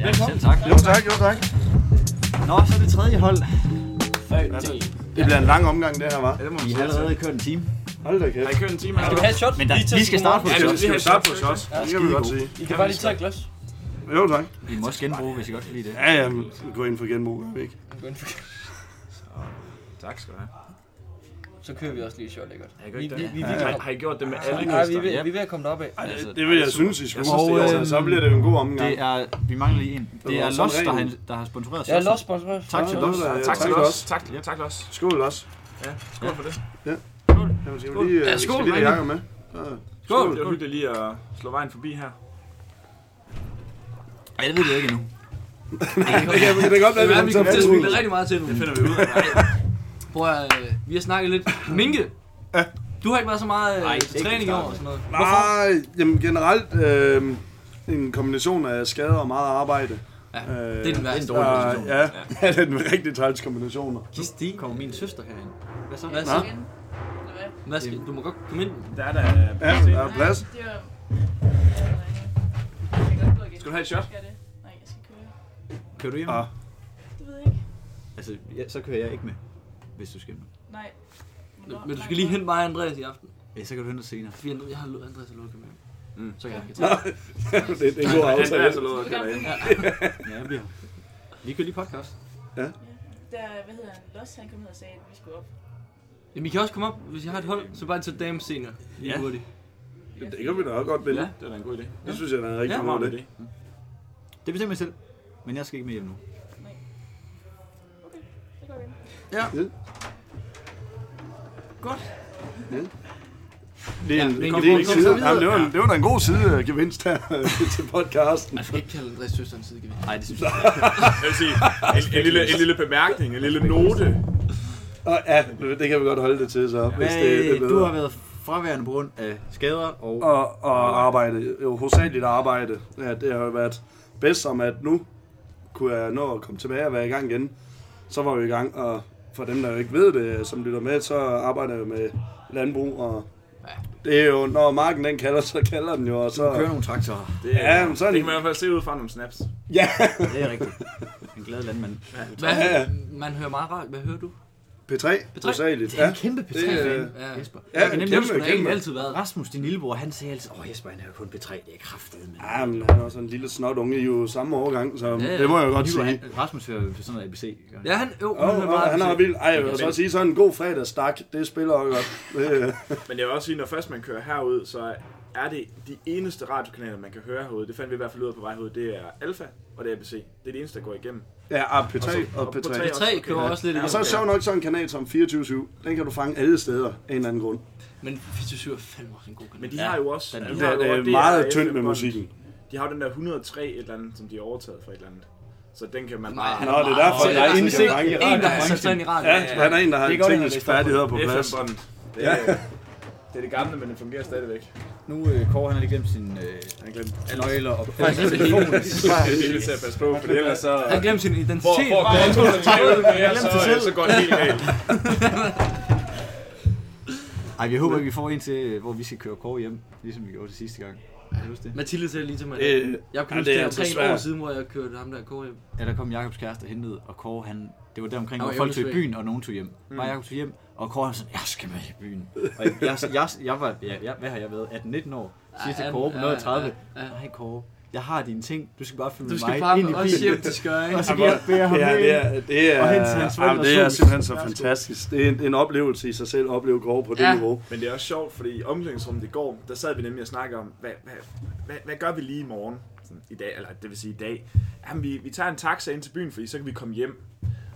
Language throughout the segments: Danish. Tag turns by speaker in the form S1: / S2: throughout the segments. S1: Ja, selv tak.
S2: Jo tak, jo tak.
S1: Nå, så er det tredje hold.
S2: Det bliver en lang omgang, det her, var.
S3: det må
S1: Vi har allerede kørt en time.
S2: Hold da
S3: Har
S2: kæft.
S3: I kørt en time?
S4: Skal vi have et shot?
S1: Men der, vi skal starte på
S3: Ja,
S1: det.
S3: det
S1: shot.
S2: Skal vi starte på shots? Det kan vi godt sige.
S4: I kan bare lige tage et glas.
S2: Jo tak.
S1: Vi må også genbruge, hvis I godt kan lide det.
S2: Ja, ja, men gå ind for genbrug, gør vi ikke?
S3: Tak skal du have.
S4: Så kører vi også lige et shot, ikke godt?
S3: Jeg
S4: Vi,
S3: gør ikke
S4: vi,
S3: det.
S4: vi, vi, vi,
S3: Har, har I gjort det med alle
S4: Nej, vi, er
S3: gæster?
S4: ved- vi er ved at komme derop af.
S2: Ej,
S1: Altså,
S2: det, det vil jeg synes, I skulle.
S3: synes, det er
S2: Og,
S3: i
S2: øh,
S3: orden.
S2: så bliver det jo en god omgang.
S1: Det er, vi mangler lige en. Det er
S2: som
S1: Los, der
S2: regel.
S1: har, der har sponsoreret
S4: Jeg er
S1: shotsen.
S4: lost, sponsor.
S1: Tak til
S2: Ja,
S1: Los.
S2: det er-
S3: Tak til
S2: tak
S3: os.
S2: også.
S3: Tak, tak til os.
S2: Skål også.
S3: Ja, skål for det.
S2: Jamen, skal vi lige,
S3: Ja,
S2: ja,
S3: skål,
S2: skål, skal vi lige
S3: drenge.
S2: have Jacob med? Så-
S3: Skål. Det var hyggeligt lige at slå vejen forbi her.
S1: Ej, det ved jeg ikke endnu.
S2: Det kan, det kan godt være, at vi kommer til at smile.
S4: rigtig meget til nu.
S3: Det finder vi ud af.
S4: Prøv at, øh, vi har snakket lidt. Minke, du har ikke været så meget øh,
S1: Nej,
S4: til
S1: ikke
S4: træning i
S1: klart.
S4: år og sådan noget.
S2: Nej, jamen generelt øh, en kombination af skader og meget arbejde.
S4: Ja,
S2: Øh,
S4: det er den værste.
S2: der- Ja, ja, det er den rigtig træls kombinationer.
S1: Kirstine kommer min søster herind. Hvad så?
S4: Hvad så? Hvad skal, du må godt komme ind.
S3: Der er der...
S2: Ja, der er plads.
S5: Det var... Jeg kan godt gå igen.
S3: Skal du have et shot?
S5: Skal jeg det? Nej, jeg skal køre.
S1: Kører du hjem?
S2: Ah.
S5: Det ved jeg ikke.
S1: Altså, ja, så kører jeg ikke med, hvis du skal med.
S5: Nej. Hvornår?
S4: Men du skal lige hente mig og Andreas i aften.
S1: Ja, så kan du hente os senere.
S4: Fordi Andreas- jeg har lo- Andreas at lukke med.
S1: Mm.
S4: Så kan jeg ikke
S2: det, det er en god
S3: Han er altså
S2: aftale.
S3: så lovet at kalde ind.
S1: Ja, jeg bliver. Vi kører lige podcast.
S5: Der, hvad hedder han? Los, han kom ned og sagde, at vi skulle op.
S4: Jamen, I kan også komme op, hvis jeg har et hold, så bare til dame senere. Lige
S3: Ja.
S4: hurtigt.
S2: Det kan vi da også godt vinde.
S3: Ja, det er da en god idé.
S2: Det synes jeg, der er en rigtig
S3: Det
S2: god
S3: var
S2: idé.
S3: en idé.
S1: Det bestemmer jeg selv. Men jeg skal ikke med hjem nu.
S5: Så går vi ind.
S2: Det er en,
S4: Ja,
S2: det
S4: men
S2: er
S4: kom-
S2: en
S4: kom- kom
S2: side.
S4: så videre.
S2: Jamen, det, var en, det var da en god sidegevinst her til podcasten.
S4: Man skal ikke kalde Andreas søster en sidegevind.
S1: Altså- Nej, det synes jeg.
S3: Jeg vil sige, en, en, lille, en lille bemærkning, en lille note.
S2: Og ja, det kan vi godt holde det til så, hvis det, det er
S1: Hvad,
S2: bedre.
S1: du har været fraværende på grund af skader og...
S2: og, og arbejde, jo hovedsageligt arbejde. Ja, det har jo været bedst som, at nu kunne jeg nå at komme tilbage og være i gang igen. Så var vi i gang, og for dem, der jo ikke ved det, som lytter med, så arbejder jeg jo med landbrug, og det er jo, når marken den kalder, så kalder den jo, og
S1: Kører
S2: så...
S1: nogle traktorer.
S3: Det,
S2: Ja, men sådan-
S3: det kan man i hvert fald se ud fra nogle snaps.
S2: Ja,
S1: Det er rigtigt. En glad landmand.
S4: Hvad,
S2: Ja, ja.
S4: man hører meget rart. Hvad hører du?
S2: P3, hovedsageligt. Ja.
S1: Kæmpe p 3
S2: Det,
S4: Ja.
S1: Jesper.
S2: Ja,
S1: Jeg kan
S2: kæmpe,
S1: nemlig
S4: Det har
S1: huske,
S2: kæmpe.
S1: at
S4: jeg egentlig altid været.
S1: Rasmus, din lillebror, han sagde altid, åh oh, Jesper, han er jo kun B3, det er kraftedet, men...
S2: Ja, men han er også en lille snot unge, I er jo samme årgang, så
S4: ja.
S2: det må jeg jo godt sige.
S1: Rasmus, Rasmus hører jo sådan noget ABC. gør han?
S4: Ja, han, jo,
S2: Og,
S4: han altså- hører
S2: og
S4: meget.
S2: han har
S4: musik.
S2: vildt. Ej, jeg vil så sige, sådan en god fredagsstak, det spiller også godt. Det,
S3: Men jeg vil også sige, når først man kører herud, så er det de eneste radiokanaler, man kan høre herude. Det fandt vi i hvert fald ud af på vej herud. Det er Alfa og det er ABC. Det er det eneste, der går igennem.
S2: ja, og P3 og
S3: og
S2: P3.
S3: P3
S4: Tre kører
S3: Ja.
S4: også lidt
S2: Og så er det sjovt nok sådan en kanal som 24-7, den kan du fange alle steder af en eller anden grund.
S4: Men 24 er fandme også en god kanal.
S3: Men de
S1: Ja,
S3: har jo også... altså,
S1: den er-
S3: de
S2: Det
S3: har
S2: er,
S3: jo
S2: det
S3: også
S2: er meget
S3: DRFM
S2: tyndt med
S3: bånd.
S2: musikken.
S3: De har jo den der 103 et eller andet, som de har overtaget fra et eller andet. Så den kan man
S4: Nej,
S3: bare...
S4: han
S2: Nå, det er derfor,
S4: meget-
S2: jeg er inde
S4: Altså,
S2: i mange i
S4: En, der har
S2: radioen.
S4: sat sig ind i radioen.
S2: Ja, han er en, der har
S1: Det er godt, han har
S2: teknisk
S1: læst op på
S2: færdigheder på plads.
S3: FM-båndet. Det, er, det er det gamle, men det fungerer stadigvæk.
S1: Nu, øh, Kåre, han har lige glemt sin øh,
S3: Han glemte
S1: nøgler og...
S3: det hele til at passe på, for ellers så...
S4: Han glemte sin
S3: Hvor,
S4: identitet.
S3: hvor går to eller tre ud mere,
S1: sig selv.
S3: så, så går det helt galt.
S1: Ej, jeg håber ikke, vi får en til, øh, hvor vi skal køre Kåre hjem, ligesom vi gjorde det sidste gang. Kan du huske det?
S4: Mathilde sagde lige til mig.
S2: Øh,
S4: Jeg kunne
S2: ja,
S4: huske,
S2: det
S4: det
S2: er
S4: er omkring
S2: altså
S4: et år
S2: svært.
S4: siden, hvor jeg kørte ham der i Kåre hjem.
S1: Ja, der kom Jakobs kæreste og hentede, og Kåre, han... Det var der omkring,
S4: Han
S1: hvor
S4: var
S1: folk tog i
S4: Elvis
S1: byen, og nogen tog hjem. Mm. Bare Jakob tog hjem, og Kåre han sådan, jeg skal med i byen. Og jeg, jeg, jeg, jeg var, jeg, jeg, hvad har jeg været, 18-19 år? Siger til
S4: Ja,
S1: Kåre på
S4: ja,
S1: 130,
S4: ja, ja.
S1: nej Kåre, jeg har dine ting, du skal bare følge
S4: Du
S1: mig
S4: skal bare
S1: ind i
S4: med os hjem
S1: bilen.
S4: til Skøje.
S1: Og så
S2: Ja,
S1: beder jeg ham
S2: det er, det
S1: med
S2: er, det er,
S1: Og hen til hans forældre,
S2: jamen, det er
S1: så-
S2: simpelthen så fantastisk. Det er en, en oplevelse i sig selv at opleve Kåre på det
S4: Ja.
S2: niveau.
S3: Men det er også sjovt, fordi i omklædningsrummet i går, der sad vi nemlig og snakkede om, hvad, hvad, hvad, hvad gør vi lige i morgen? Sådan, I dag, eller det vil sige i dag. Jamen, vi, vi tager en taxa ind til byen, fordi så kan vi komme hjem.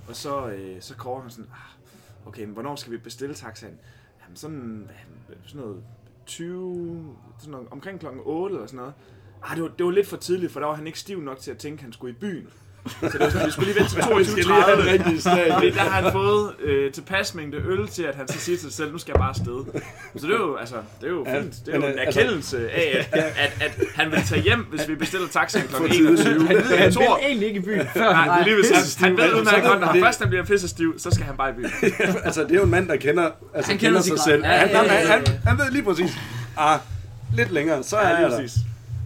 S3: Og så, øh, så Kåre han sådan, ah, okay, men hvornår skal vi bestille taxaen? Jamen, sådan, hvad, sådan noget 20, sådan noget, omkring klokken 8 eller sådan noget. Ah, det var, det var lidt for tidligt, for der var han ikke stiv nok til at tænke, at han skulle i byen. Så det var sådan, vi skulle lige vente til
S2: Vi skal lige have en
S3: 22.30.
S2: rigtig slag.
S3: Fordi der har han fået øh, tilpas mængde øl til, at han så siger til sig selv, nu skal jeg bare afsted. Så det er jo, altså, det er jo
S2: Ja,
S3: fint. Det er jo
S2: men,
S3: en
S2: øh, altså-
S3: erkendelse af, at, at, at han vil tage hjem, hvis vi bestiller taxaen kl.
S2: For tidligt.
S3: 21. Han tror,
S1: egentlig ikke i byen.
S3: nej, det er lige ved siden. han ved
S2: Pissestiv.
S3: udmærket godt, når han
S2: Det-
S3: først han bliver pissestiv, så skal han bare i byen.
S2: Altså, det er jo en mand, der kender, altså,
S4: Han kender
S2: han kender
S4: sit
S2: sig
S4: ret.
S2: selv.
S4: Ja, ja,
S2: Han,
S4: ja, ja,
S2: han,
S4: ja.
S2: han, han ved lige præcis, ah, lidt længere, så er
S3: Ja,
S2: jeg
S3: lige
S2: der.
S3: præcis.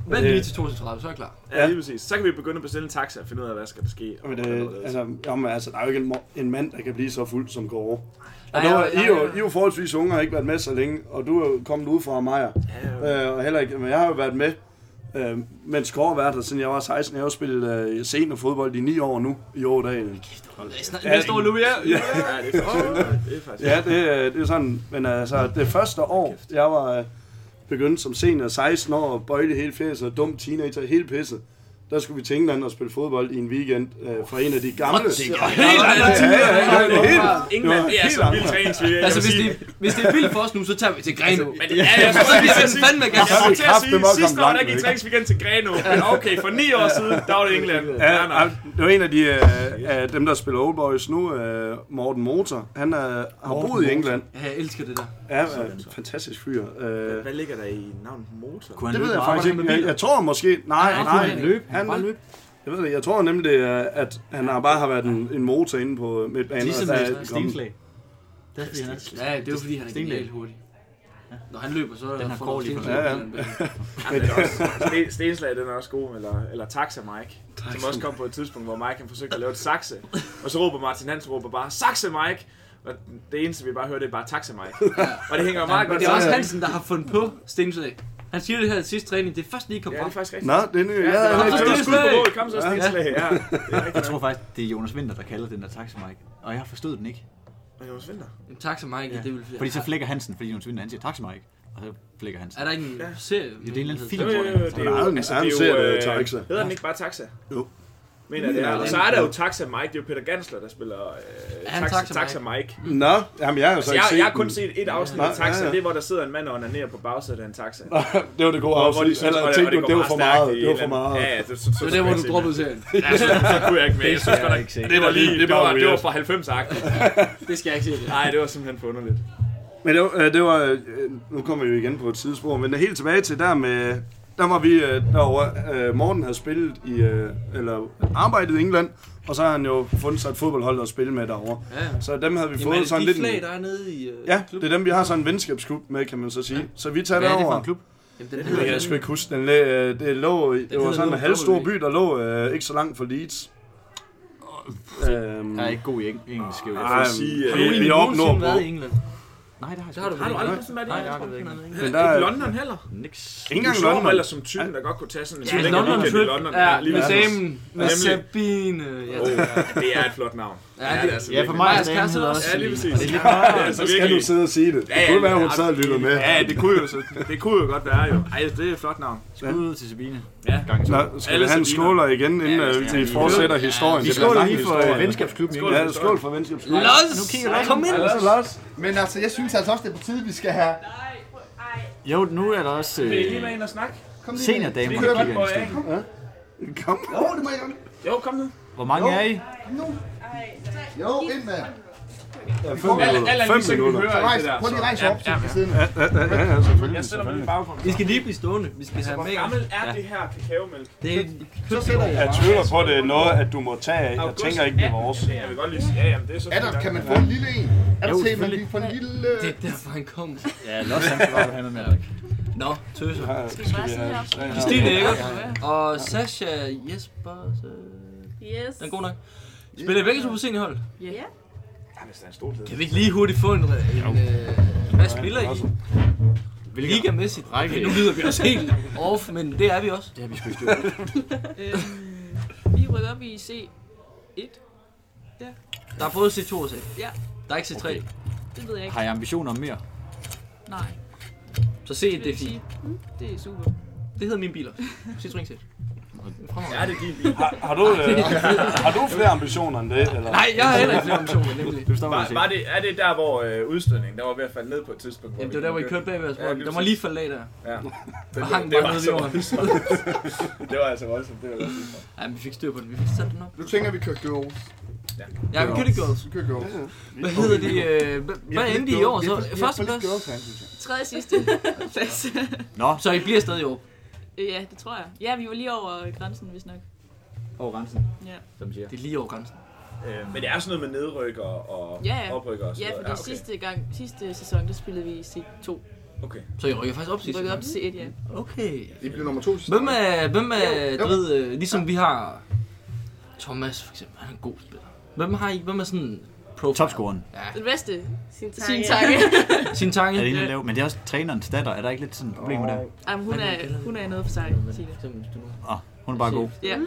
S4: Vent lige til 22.30, så er jeg klar.
S3: Ja, lige præcis. Så kan vi begynde at bestille en taxa og finde ud af, hvad skal der ske. og
S2: Men
S3: hvordan og
S2: det,
S3: hvorledes.
S2: altså, jamen, altså, der er jo ikke en, mo- en mand, der kan blive så fuld som går over.
S4: Nej,
S2: Og der var,
S4: nej,
S2: I, er jo,
S4: nej.
S2: I er jo forholdsvis unge og har ikke været med så længe, og du er jo kommet ud fra Maja.
S3: Ja,
S2: Øh, og heller ikke, men jeg har jo været med, øh, mens Kåre har været her, siden jeg var 16. Jeg har jo spillet øh, seniorfodbold i 9 år nu, i 8 dage.
S4: Snak- Næste år, Louis. Ja.
S3: ja, det er faktisk, det er faktisk
S2: Ja, det, øh, det er sådan, men altså, det første år, jeg var øh, begyndt som senior, 16 år, og bøjle hele fjeset, dum teenager, hele pisset. Der skulle vi til England og spille fodbold i en weekend øh, fra en af de gamle.
S4: Helt andet tid.
S3: England, det er
S2: helt
S3: så
S2: andre.
S3: vildt træningsvilje. jeg
S4: Altså,
S3: vil
S4: hvis
S3: sige.
S4: det, hvis det er vildt for os nu, så tager vi til Greno. Men
S3: Ja, jeg
S4: så
S3: skulle
S4: vi
S3: lige til at
S4: sende
S3: sige,
S4: fandme gas.
S3: Altså, jeg skulle til at
S2: Kraft, det må
S3: sige,
S2: komme
S3: sidste år, der
S2: langt
S3: gik
S2: væk.
S3: træningsweekend til Greno. Men okay, for ni år siden, der var det England.
S2: Ja,
S3: Ja,
S2: ja,
S3: nej.
S2: det var en af de øh, af dem, der spiller Old Boys nu, øh, Morten Motor. Han øh, har boet i England.
S4: Ja, jeg elsker det der.
S2: Ja, øh, fantastisk fyr. Øh,
S3: Hvad ligger der i navnet motor?
S1: Kunne han
S2: det
S1: løbe
S2: ved jeg
S1: meget?
S2: faktisk ikke. Jeg, jeg tror måske... Nej,
S4: han
S2: nej.
S4: kunne
S1: løbe.
S2: Han,
S4: Bare løb.
S2: jeg, ved, det. jeg tror nemlig, det er, at han har bare har været en, en motor inde på midtbanen.
S1: Ligesom
S2: og der er
S1: med
S2: kommet-
S1: Stenslag. Det er fordi, han er-
S4: Ja, det er jo fordi, han er
S1: Stenlæg.
S4: genialt hurtig. Når han løber, så
S1: Den har
S4: får
S1: Kåre
S4: han
S1: lige på.
S4: stenlæg.
S2: Ja,
S3: Sten- Stenslag, den er også god, eller, eller Taxa Mike, som også kom på et tidspunkt, hvor Mike han forsøgte at lave et saxe, og så råber Martin Hansen råber bare, Saxe Mike! Og det eneste, vi bare hører, det er bare Taxa Mike. Og det hænger jo meget
S4: Men
S3: godt
S4: det er også
S3: sammen.
S4: Hansen, der har fundet på stenslag. Han siger det her i sidste træning, det er først lige kommet
S3: Ja, det
S4: frem.
S3: er faktisk rigtigt.
S2: Nå, det er ny. Ja,
S3: det var
S4: det
S2: ja,
S4: er
S3: også
S4: det.
S3: skud på mål. Kom så, Stenslag. Ja, det er
S1: Jeg
S3: rigtigt.
S1: tror faktisk, det er Jonas Vinter, der kalder den der taxa Mike. Og jeg forstod den ikke.
S3: Men Jonas Vinter.
S4: Men tak til Mike, det vil
S1: Fordi så flækker Hansen, fordi Jonas Vinter han siger taxa Mike. Og så flækker Hansen.
S4: Er der ikke en serie? Ja,
S1: Det er en eller anden film,
S3: Jo,
S1: tror
S3: jo, jo,
S1: jeg.
S3: det er
S2: Nej,
S3: jo,
S2: men
S3: altså,
S2: han
S3: det
S2: ser
S3: er jo,
S2: det
S3: øh,
S2: Taxa.
S3: Hedder den ikke bare Taxa?
S2: Jo.
S3: Mener jeg, det er.
S4: Nej,
S3: Og så er der jo Taxa Mike, det er jo Peter Gansler, der spiller øh,
S4: han
S3: Taxa,
S4: Taxa
S3: Taxa,
S4: Mike?
S3: Mike.
S2: Nå, jamen, jeg har jo så
S3: Så
S2: ikke
S3: jeg,
S2: set
S3: jeg har kun
S2: den.
S3: set et afsnit
S2: Ja,
S3: af Taxa,
S2: ja, ja.
S3: det er, hvor der sidder en mand og onanerer på bagsædet af en taxa.
S2: Det var det gode
S3: Hvor- hvor de
S2: afsnit.
S3: synes,
S2: Eller
S3: og og
S2: tænkte du,
S3: går
S2: det var for
S3: stærkt
S2: meget.
S3: i
S2: Det var for
S3: en eller anden-
S2: meget.
S3: Ja, ja, det, så, så,
S4: Det var der, hvor du
S3: så-
S4: droppede serien.
S3: Ja, så, så kunne jeg ikke med. Jeg synes godt, nok-
S1: set.
S3: det var lige, det var, det var
S2: weird.
S3: fra 90-agtigt.
S4: Det skal jeg ikke sige.
S3: Nej, det var simpelthen for underligt.
S2: Men det var, øh, det var øh, nu kommer vi jo igen på et sidespor, men helt tilbage til der med, der var vi øh, derovre, øh, Morten havde spillet i, øh, eller arbejdet i England, og så har han jo fundet sig et fodboldhold at spille med derovre.
S4: Ja.
S2: Så dem havde vi
S4: Jamen,
S2: fået
S3: altså,
S4: er det
S2: sådan
S4: de
S2: lidt... en-
S4: flag, der er nede i øh,
S2: Ja, det
S4: klubben?
S2: er dem, vi har sådan en venskabsklub med, kan man så sige.
S4: Ja.
S2: Så vi tager
S1: Hvad er det for
S2: derover.
S1: en klub?
S4: Jamen, den
S2: Det
S4: hedder
S2: kan jeg sgu ikke huske. Den, læ- øh, det, lå, det
S4: hedder
S2: var sådan
S4: noget
S2: en halvstor
S4: W.
S2: by, der lå øh, ikke så langt fra Leeds. Øhm,
S1: Jeg er ikke god i eng- engelsk. jo.
S2: ej,
S3: sige,
S2: men
S3: øh,
S4: Har du
S2: vi- vi
S4: egentlig
S2: er oppe
S4: nogensinde
S2: nordpå.
S4: været i England?
S1: Nej, det har jeg
S4: Det har
S1: sgu
S4: du
S1: ikke.
S4: vel ikke?
S3: været
S4: Nej, jeg har det ikke.
S2: Men der
S3: der er...
S2: er-
S3: Ikke London heller.
S1: Niks.
S2: Ikke
S3: Du
S2: engang
S3: slår mig
S2: London.
S3: ellers som typen, der godt kunne tage sådan en
S4: Ja,
S3: lækker
S4: London
S3: weekend i
S4: Trip.
S3: London.
S4: Ja,
S3: lige
S4: med
S2: præcis.
S3: præcis.
S4: Samen, med
S3: Nemlig.
S4: Sabine. øh, Ja,
S3: Åh, ja, det er et flot navn.
S4: Ja,
S3: det er altså
S1: Ja, for
S3: virkelig.
S1: mig er
S4: Majas
S1: det
S4: kæreste også.
S3: Ja, lige præcis.
S1: Det er lidt
S3: Ja,
S1: bare...
S3: altså
S2: Så skal
S3: virkelig.
S2: du sidde og sige det. Det
S3: Ja, ja,
S2: kunne være, hun
S3: ja,
S2: sad og lyttede med.
S3: Ja, det kunne jo så. Det kunne jo godt være jo. Ej, det er et flot navn.
S1: Skud ud til Sabine.
S3: Ja.
S1: Gang to.
S2: Nå, skal
S3: Alle
S2: vi have en
S3: Sabiner.
S2: skåler igen, inden
S3: Ja,
S2: ja,
S3: vi skal
S2: vi
S3: lige-
S2: fortsætter historien?
S1: Vi
S2: Det bliver
S1: skåler
S2: lang
S1: lige for
S2: historie.
S1: øh, venskabsklubben. ikke?
S3: Skål.
S2: Ja, skål for venskabsklubben.
S4: Los!
S1: Nu kigger Los.
S4: Kom ind!
S2: Los og Los.
S6: Men altså, jeg synes altså også, det er på tide, vi skal have...
S5: Nej, ej.
S1: Jo, nu er der også
S3: Vil I lige
S1: øh,
S3: med ind og snakke?
S6: Kom lige med.
S1: seniordamer,
S6: Kører
S1: der
S6: vi?
S1: kigger ind i studiet.
S2: Kom.
S6: Jo, det må jeg gerne.
S3: Jo, kom nu.
S1: Hvor mange
S6: Jo.
S1: er I?
S6: Kom nu.
S5: Ej,
S6: Jo, ind med.
S2: Ja, fem minutter.
S3: Alt andet,
S2: Fem
S3: så kan vi
S2: minutter.
S3: høre alt
S6: Rejs,
S3: det der.
S6: prøv lige at rejse op, så
S3: Ja,
S6: vi kan sidde ned.
S2: Ja, ja, selvfølgelig.
S3: Jeg sætter mig lige i baggrunden.
S4: Vi skal lige blive stående. Vi skal have med.
S3: Hvor gammel er det her kakaomælk?
S4: Det er
S6: Så sætter jeg
S2: Jeg
S6: mig.
S2: tvivler på, at det er noget, at du må tage af. Jeg
S3: August
S2: tænker ikke, det er
S3: 18.
S2: vores.
S3: Ja, jeg vil godt lige sige, ja, jamen, det er så
S6: Er der,
S3: fint.
S6: kan man få en lille en? Er
S1: Jo,
S6: der til, at man
S1: selvfølgelig.
S6: lige får en lille... øh,
S4: det er derfor, han kom.
S1: Ja, Los han skal bare have noget mere.
S4: Nå, tøser.
S5: skal vi bare sidde heroppe?
S4: Christine Egger og Sasha Jesper. øh,
S5: Yes.
S4: Den er god nok. Spiller I begge to på seniorhold?
S5: Ja.
S3: Ja, hvis der er en stor led.
S4: Kan vi ikke lige hurtigt få en... en øh, hvad spiller I? Ligamæssigt.
S1: Række.
S4: Nu lyder vi også helt off, men det er vi også.
S1: Det har vi sgu ikke styr på.
S7: Vi er rykket op i C1.
S4: Der er både C2 og C.
S7: Ja.
S4: Der er ikke C3.
S1: Okay.
S7: Det ved jeg ikke.
S1: Har jeg ambitioner om mere?
S7: Nej,
S4: Så C1
S7: det
S4: det
S7: vil
S4: er
S7: sige,
S4: fint.
S7: mm, det er super.
S4: Det hedder mine biler. Citroën C.
S3: Ja, det er din bil.
S2: Har, har, du, øh, har du flere ambitioner end det? Eller?
S4: Nej, jeg har heller ikke flere ambitioner, nemlig.
S1: Det forstår man
S3: Var,
S1: altså
S3: var
S1: ikke.
S3: det, er det der, hvor øh, udstødningen der var ved at falde ned på et tidspunkt?
S4: Jamen, det var der, hvor I kørte bagved os.
S3: Ja, lige
S4: Der var lige faldet af der.
S3: Ja.
S4: Og hang
S3: det
S4: bare
S3: var
S4: nede i
S3: så-
S4: jorden.
S3: Det var altså voldsomt. Det var voldsomt.
S4: Ja, vi fik styr på den. Vi fik sat den op.
S6: Nu tænker jeg, vi kører girls.
S4: Ja, vi kører det girls.
S6: Vi kører girls.
S4: Hvad hedder det? øh, hva- Hvad endte I i år så? Første plads?
S6: girls, han, synes jeg.
S7: Tredje sidste plads.
S1: Nå,
S4: Så I bliver stadig i år.
S7: Øh, ja, det tror jeg. Ja, vi var lige over grænsen, hvis nok.
S1: over grænsen,
S7: Ja,
S1: som de siger.
S4: Det er lige over grænsen.
S3: Øh, Men det er sådan noget med nedrykker og
S7: Ja, ja.
S4: Altså,
S3: oprykker og sådan
S7: ja
S3: noget.
S7: for det sidste, gang, sidste sæson, der spillede vi i C2.
S3: Okay.
S4: Så I rykker faktisk op til
S7: Rykket op til C1, ja.
S4: Okay.
S6: I blev nummer to sidste
S4: Hvem er, hvem
S6: Jo,
S4: er
S6: jo.
S4: du ved, øh, ligesom vi har Thomas for eksempel, han er en god spiller. Hvem har I, hvem er sådan profile?
S1: Topscoren.
S4: Ja,
S7: Den bedste.
S5: Sin
S7: Sin tanke.
S4: sin
S1: Er det
S4: tanke.
S1: en at lave? Men det er også trænerens datter. Er der ikke lidt sådan et problem med det?
S7: Jamen, hun er, hun er noget for sig, Signe.
S1: Åh, hun er bare god.
S7: Ja.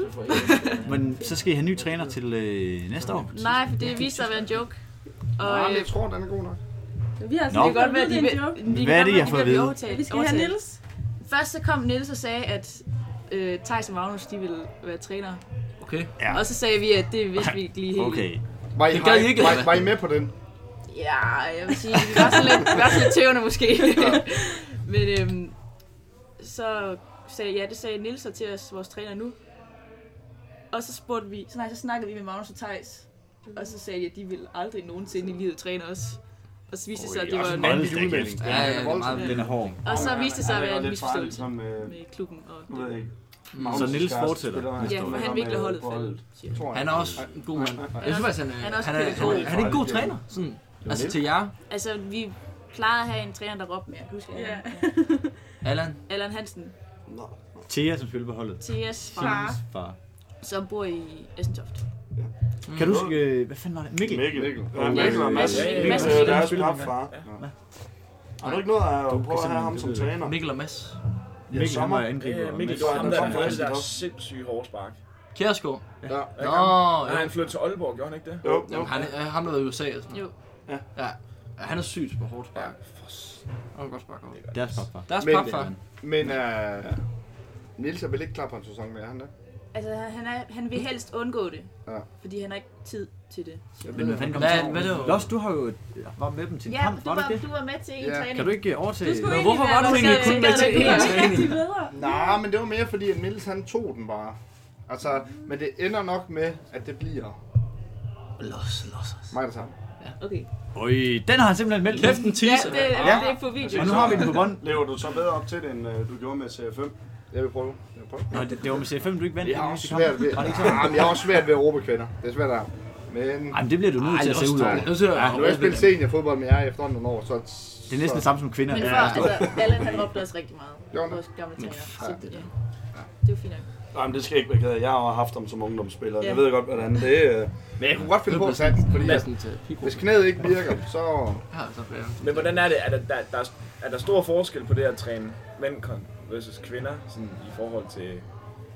S1: Men så skal I have ny træner til øh, næste år.
S7: Nej, for det viste sig at være en joke. Og,
S6: Nej, men
S7: øh,
S6: jeg tror, den er god nok.
S5: Vi har
S1: Nå.
S7: det kan godt være, at de
S5: det er en joke.
S7: vil, de
S1: Hvad er det,
S7: kan
S1: jeg
S7: godt være, de
S1: får
S7: vil
S1: at
S7: blive
S1: vide?
S7: overtalt-
S5: Vi skal have
S7: overtalt.
S5: Niels.
S7: Først så kom Niels og sagde, at øh, Thijs og Magnus, de ville være trænere.
S4: Okay.
S1: Ja.
S7: Og så sagde vi, at det vidste vi ikke lige helt.
S1: Okay.
S6: Var I,
S4: Det
S6: var,
S4: gad I
S6: I-
S4: ikke,
S6: var,
S4: eller
S6: var I med på den?
S7: Ja, jeg vil sige, vi var så lidt, vi var så lidt tøvende måske. Men øhm, så sagde, ja, det sagde Nils til os, vores træner nu. Og så spurgte vi, så nej, så snakkede vi med Magnus og Thijs. Og så sagde de, at de ville aldrig nogensinde i livet træne os. Og så viste det sig, at det var en...
S1: Hold da kæft.
S4: Ja, ja, det er meget
S1: Den er hård.
S7: Og så viste det sig at være en
S8: lidt farligt,
S7: misforståelse
S8: som, øh,
S7: med klubben. Og,
S8: nu ved jeg ikke.
S1: Så Niels fortsætter.
S7: ja, for han vil ikke lade holdet falde. siger han.
S6: Tror jeg.
S4: Han er også en god mand. Jeg synes faktisk, han er,
S7: Han er også
S4: han er, han
S7: pædagog.
S4: er, han er en god træner. Sådan, altså til jer,
S7: Altså, vi plejede at have en træner, der råbte mere. Kan du huske,
S5: Ja.
S7: Allan?
S4: Allan.
S7: Allan Hansen,
S1: Thea, som spiller på holdet.
S7: T.S.
S5: Far.
S7: fra,
S1: Far.
S7: som bor i Essentoft.
S1: Kan du huske, øh, hvad fanden var det? Mikkel?
S2: Mikkel.
S6: Mikkel.
S2: Ja, Mikkel og Mads.
S7: Ja, ja, ja.
S2: Mikkel,
S7: Mads
S2: øh,
S7: Mikkel.
S2: Deres papfar. Har du ikke noget at prøve at have ham som træner?
S4: Mikkel og Mads.
S1: Mikkel, han
S2: Sommer.
S1: var angriber.
S3: Øh, Mikkel,
S1: Mads-
S3: det var ham, der
S2: Mads-
S3: kom det
S2: Mads-
S3: der
S2: Mads-
S3: sindssyge hårde spark.
S4: Kjærsgaard.
S6: Ja.
S4: Nå,
S3: Nej,
S4: jo.
S3: han flyttede til Aalborg, gjorde han ikke det?
S2: Jo, jo.
S4: Jamen, han er, ham der var i USA og sådan
S7: Jo.
S2: Ja.
S4: Ja. Ja, Han er sygt på hårdt spark. Han kan godt sparke over.
S1: Deres papfar.
S4: Deres
S6: Men-
S4: papfar.
S6: Men øh, Niels er vel ikke klar på en sæson mere, er han der?
S7: Altså, han, han er, han vil helst undgå det,
S6: Ja.
S7: fordi han har ikke tid til det.
S1: Men hvad fanden kom
S4: Hvad,
S1: til?
S4: hvad er det?
S1: Los, du har jo øh, var med dem til en
S7: Ja,
S1: kamp,
S7: du
S1: var du
S7: var,
S1: ikke det?
S7: du var med til en
S6: Ja.
S7: træning.
S1: Kan du ikke øh, overtage...
S5: Du skulle
S4: Nå,
S5: egentlig
S4: hvorfor
S5: være
S4: var du
S5: vores
S4: egentlig kun med til
S5: skadede-
S4: én
S5: skadede-
S4: træning?
S5: De videre.
S6: Nej, men det var mere fordi, at Niels han tog den bare. Altså, men det ender nok med, at det bliver
S4: Los, los, los.
S6: mig, der tager den.
S7: Okay.
S1: Øj, den har han simpelthen meldt.
S4: Kæft en
S7: Ja,
S4: teaser.
S7: det,
S1: Ja.
S7: ja. det er på video.
S1: Og nu har vi den på bånd.
S8: Lever du så bedre op til det, end øh, du gjorde med CF5?
S6: Jeg vil prøve. Jeg vil prøve.
S1: Nå, det, det var med C5, du ikke vandt.
S6: Jeg har
S1: den
S6: også
S1: sidste kamp.
S6: svært ved,
S1: Var det ikke sådan?
S6: ah, men jeg har også svært ved at råbe kvinder. Det er svært at Men
S1: Ej, men det bliver du nødt
S4: Ej,
S1: til at se
S4: Los,
S1: ud over.
S4: du er nødt til at-
S6: nu har jeg spillet seniorfodbold med jer efterhånden nogle år, så...
S1: Det er næsten det samme som kvinder.
S7: Men før,
S1: Ja.
S7: altså, Allan han råbte også rigtig meget.
S6: Gjorde han?
S7: Vores gamle træner. Så,
S4: fuck
S7: ja.
S4: det
S7: Det
S4: der.
S7: er jo fint nok.
S2: Jamen, det skal jeg ikke være ked af. Jeg har haft ham som ungdomsspiller.
S7: Ja.
S2: Jeg ved godt, hvordan det øh, er.
S6: Men jeg kunne godt finde på at tage den, fordi
S4: Det er
S6: at,
S4: sådan til pigruppen.
S6: hvis knæet ikke virker, så...
S4: Her, så bliver
S3: Men hvordan er det? Er der, der, der, er der stor forskel på det at træne mænd kon- versus kvinder sådan i forhold til...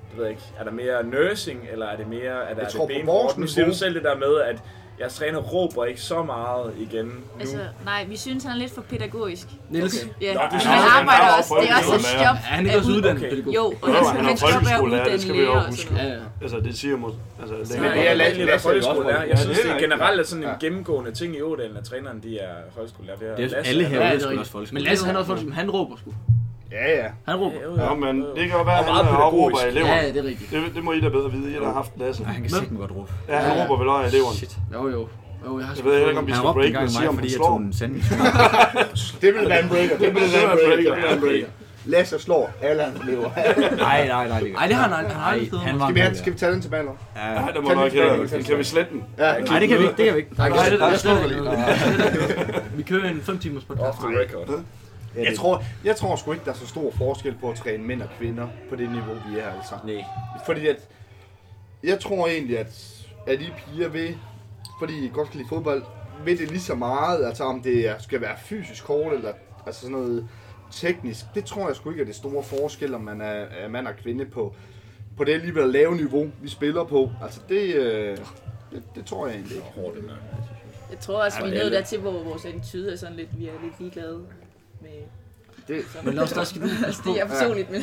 S3: Det ved jeg ikke. Er der mere nursing, eller er det mere... Er der,
S6: tror, på
S3: er det
S6: vores
S3: benhårdt? Nu siger du
S6: niveau-
S3: selv det der med, at jeres træner råber ikke så meget igen nu.
S7: Altså, nej, vi synes, han er lidt for pædagogisk.
S4: Niels.
S7: Ja,
S3: Nå, det synes
S7: han
S3: jeg, han
S7: arbejder
S3: har
S7: også.
S2: jo
S7: Det er også et
S2: folkeskolelærer.
S7: job.
S4: Ja, han er ikke også
S7: af ud-
S4: uddannet
S3: okay.
S4: pædagog.
S7: Jo, og
S2: Jo,
S7: han,
S2: han er
S7: han skal også være
S2: folkeskolelærer, det
S7: uddannet
S2: skal vi
S7: lærer
S2: jo
S7: og
S2: huske.
S7: sådan noget.
S4: Ja, ja.
S2: Altså, det siger mig... Altså, det
S6: Men det er
S3: Jeg
S6: lidt-
S3: ved
S6: lidt
S3: ikke, hvad
S6: for i
S3: folkeskole er.
S6: Aalborg.
S2: Ja,
S3: Jeg synes,
S2: det er
S3: det er
S2: rigtigt.
S3: generelt er sådan en
S6: Ja.
S3: gennemgående ting i Ådalen, at træneren de er folkeskolelærer. Det er,
S1: Det er
S3: Lasse,
S1: alle
S3: han
S1: herude.
S4: Ja, det
S1: skulle
S4: er
S1: også
S4: rigtigt.
S1: folkeskole.
S4: Men Lasse, han er også folk, han råber sgu.
S6: Ja, ja.
S4: Han råber.
S3: Jo,
S2: Ja, men det kan jo være,
S3: Og
S2: at han
S3: meget
S2: øh, afråber
S3: pædagogisk.
S2: elever.
S4: Ja, det er rigtigt.
S2: Det, det må I da bedre vide. I der har haft Lasse.
S1: Ej, han kan
S4: Men-
S1: sikkert godt råbe.
S2: Ja, han
S4: Ja, ja.
S2: råber vel over eleverne.
S4: Jo, jo. Jo, jeg har
S2: Jeg ved heller ikke, om vi
S1: Han
S2: skal
S1: råbte
S2: break,
S1: en gang
S2: men
S1: i
S2: sige,
S1: mig,
S2: om
S1: fordi
S2: du
S1: jeg
S2: slår
S1: tog
S2: dem.
S1: en sandwich.
S6: Det vil være en breaker. Det vil være en breaker. Det vil være en breaker. Lasse slår. Allan lever.
S1: Nej, nej, nej. Det
S4: Ej, det har han aldrig. Han har
S1: Ej,
S4: aldrig
S1: han
S4: han
S1: var
S6: Skal vi, have, skal vi tage den tilbage nu?
S2: Nej,
S1: Nej,
S2: det må
S6: Tag den
S2: nok
S6: tilbage,
S2: hellere.
S6: Niels.
S2: Kan vi slette den?
S6: Ja.
S1: det kan vi ikke. Det kan vi ikke.
S4: Nej, det,
S2: der
S4: det,
S2: slukker
S4: det,
S2: lige.
S4: det, Vi kører en 5 timers podcast.
S3: Off the record.
S6: Jeg tror, jeg tror sgu ikke, der er så stor forskel på at træne mænd og kvinder på det niveau, vi er altså.
S1: Nej.
S6: Fordi at, jeg tror egentlig, at, at I piger ved, fordi I godt kan lide fodbold, ved det lige så meget, altså om det er- skal være fysisk hårdt eller altså sådan noget teknisk. Det tror jeg sgu ikke er det store forskel, om man er, er mand og kvinde på, på det alligevel lave niveau, vi spiller på. Altså det, øh, det, det tror jeg egentlig ikke.
S3: Hårdt, den er.
S7: Jeg tror også, vi er nået
S3: alle.
S7: dertil, hvor vores attitude er sådan lidt, vi er lidt ligeglade med...
S6: Det,
S4: Men Lars, der skal du passe på.
S7: Det er personligt, men...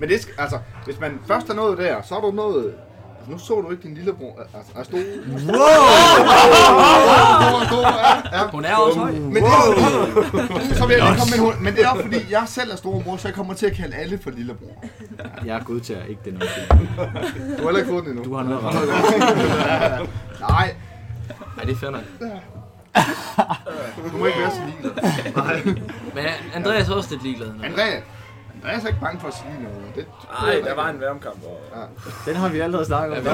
S6: Men det skal, altså, hvis man først er nået der, så er du nået... Altså, nu så du ikke din lillebror. Altså, altså du... Wow! ja, ja.
S4: Hun er også høj.
S6: Men det er jo, så vil jeg lige komme med en hul. Men det er også fordi, jeg selv er storebror, så jeg kommer til at kalde alle for lillebror.
S1: Jeg er god til at ikke den undskyld.
S6: Du har heller ikke fået den endnu.
S1: Du har noget ret.
S6: Nej,
S4: Nej, det er fair nok.
S6: du må ikke være så ligeglad.
S4: Men Andreas er også lidt ligeglad. nu.
S6: Andrea, Andreas er ikke bange for at sige noget. Det,
S3: Ej, der var en værmkamp. Og...
S1: Den har vi allerede snakket om.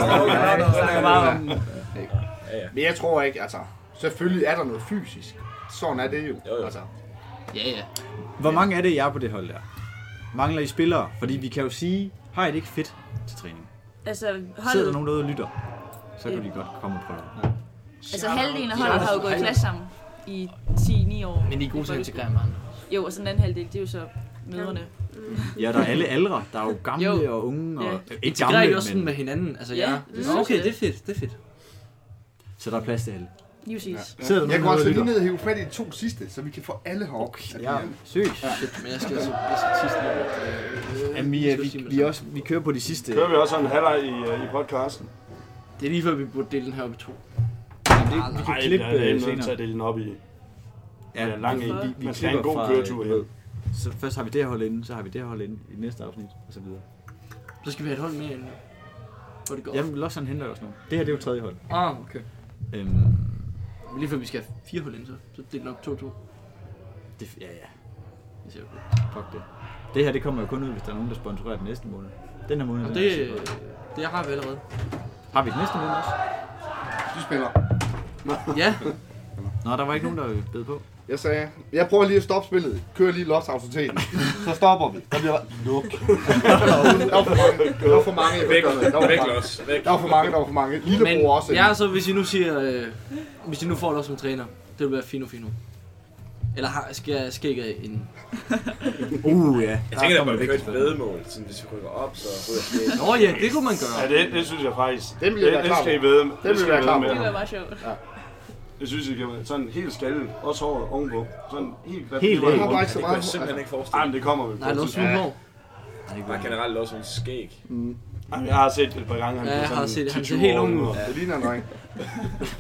S6: Men jeg tror ikke, altså... Selvfølgelig er der noget fysisk. Sådan er det jo.
S3: Jo, jo.
S6: Altså,
S4: Ja, ja.
S1: Hvor mange er det, I er på det hold der? Mangler I spillere? Fordi vi kan jo sige, har I det ikke fedt til træning?
S7: Altså,
S1: Sidder der
S7: holdet,
S1: nogen derude og lytter, så kan de godt komme og prøve.
S7: altså halvdelen af holdet har jo gået i klasse sammen i 10-9 år.
S4: Men de er gode til at integrere med andre.
S7: Jo, og så den anden halvdel, det er jo så mødrene.
S1: Ja, der er alle aldre. Der er jo gamle
S7: Jo.
S1: og unge. Og,
S7: Ja.
S1: Ikke
S4: Integrerer I
S1: gamle,
S4: også sådan
S1: men,
S4: med hinanden? Altså,
S7: Ja,
S4: ja.
S7: det
S4: Nå,
S7: synes
S4: okay,
S7: jeg.
S4: det er fedt, det er fedt.
S1: så der er plads til alle.
S7: Lige præcis.
S1: Sidder der
S6: Jeg
S1: nogen
S6: går altså
S1: derude og
S6: lige
S1: lytter?
S6: ned og hive fat i de to sidste, så vi kan få alle herop.
S1: Ja, sygt.
S4: Shit, men jeg skal altså, jeg skal sidst lige. Øh,
S1: Jamen, vi,
S4: jeg
S1: er-
S4: skal
S1: vi,
S4: sige,
S1: vi, er også, vi kører på de sidste.
S2: Kører vi også en halvleg i, øh, i podcasten?
S4: Det er lige før, vi burde dele den her op i to.
S1: Det, vi kan
S2: Nej,
S1: klippe
S2: jeg er
S1: øh,
S2: nødt til at
S1: senere.
S2: dele den op i. Ja,
S1: Ja,
S2: lang i.
S7: vi-
S2: Vi,
S1: vi
S2: man skal have en god
S1: klipper fra,
S2: køretur
S1: øh,
S2: i.
S1: ved. så først har vi det her hold inde, så har vi det her hold inde i næste afsnit, og så videre.
S4: Så skal vi have et hold mere end Hvor det går.
S1: Jamen, Losson henter jo også nu. Det her, det er jo tredje hold.
S4: Ah, okay.
S1: Øhm,
S4: Men Lige før vi skal have fire hold ind, så, så det er nok 2-2.
S1: det, ja, ja.
S4: Det ser jo godt.
S1: Fuck det. Det her, det kommer jo kun ud, hvis der er nogen, der sponsorerer den næste måned. Den her måned,
S4: Og
S1: den
S4: det,
S1: er super.
S4: det har vi allerede.
S1: Har vi den næste måned også?
S6: Du spiller.
S4: Ja,
S1: Nå, der var ikke nogen, der bed på.
S6: Jeg sagde, jeg prøver lige at stoppe spillet. Kører lige lost autoriteten. Så stopper vi. Der bliver luk. der var for mange. Der var for mange. jeg ved
S3: Væk,
S6: ikke, hvad Der var
S3: væk,
S6: for mange.
S3: Los. Væk.
S6: Der var for mange, der var for mange.
S4: men
S6: Lillebror også.
S4: ja, så hvis I nu siger, øh, hvis I nu får lov som træner, det vil være fino fino. Eller har, skal jeg skal ikke have en...
S1: Uh, ja.
S3: Jeg tænker, der var kørt et vedmål, sådan, hvis vi rykker op, så rykker
S4: Nå ja, det kunne man gøre.
S2: Ja, det, det synes jeg faktisk.
S6: Den vil jeg
S2: det,
S6: være
S2: det
S6: klar
S2: skal I
S6: over.
S2: vide.
S6: Den vil
S2: skal
S6: jeg være
S2: I
S6: klar
S2: vide
S6: over.
S2: med.
S7: Det var meget sjovt.
S2: Jeg synes, I kan være sådan helt skaldet. Også håret ovenpå. Sådan helt glat.
S1: Helt
S6: Jeg
S1: af.
S6: har bare ikke så
S3: Det kunne
S6: meget.
S3: jeg
S6: Altså,
S3: simpelthen ikke
S2: Ej,
S3: forestille
S2: men
S3: mig.
S2: det kommer vi på.
S4: Nej,
S2: et
S4: lås
S2: tidspunkt.
S4: min hår.
S3: Bare generelt også en skæg.
S2: Ej, men Jeg har set et par gange. han
S4: Ja,
S2: blev
S4: jeg har
S2: sådan
S4: set det. Han
S2: 10-20
S4: ser helt
S2: år
S4: ung
S2: yngre.
S4: ud.
S6: Det ligner en dreng.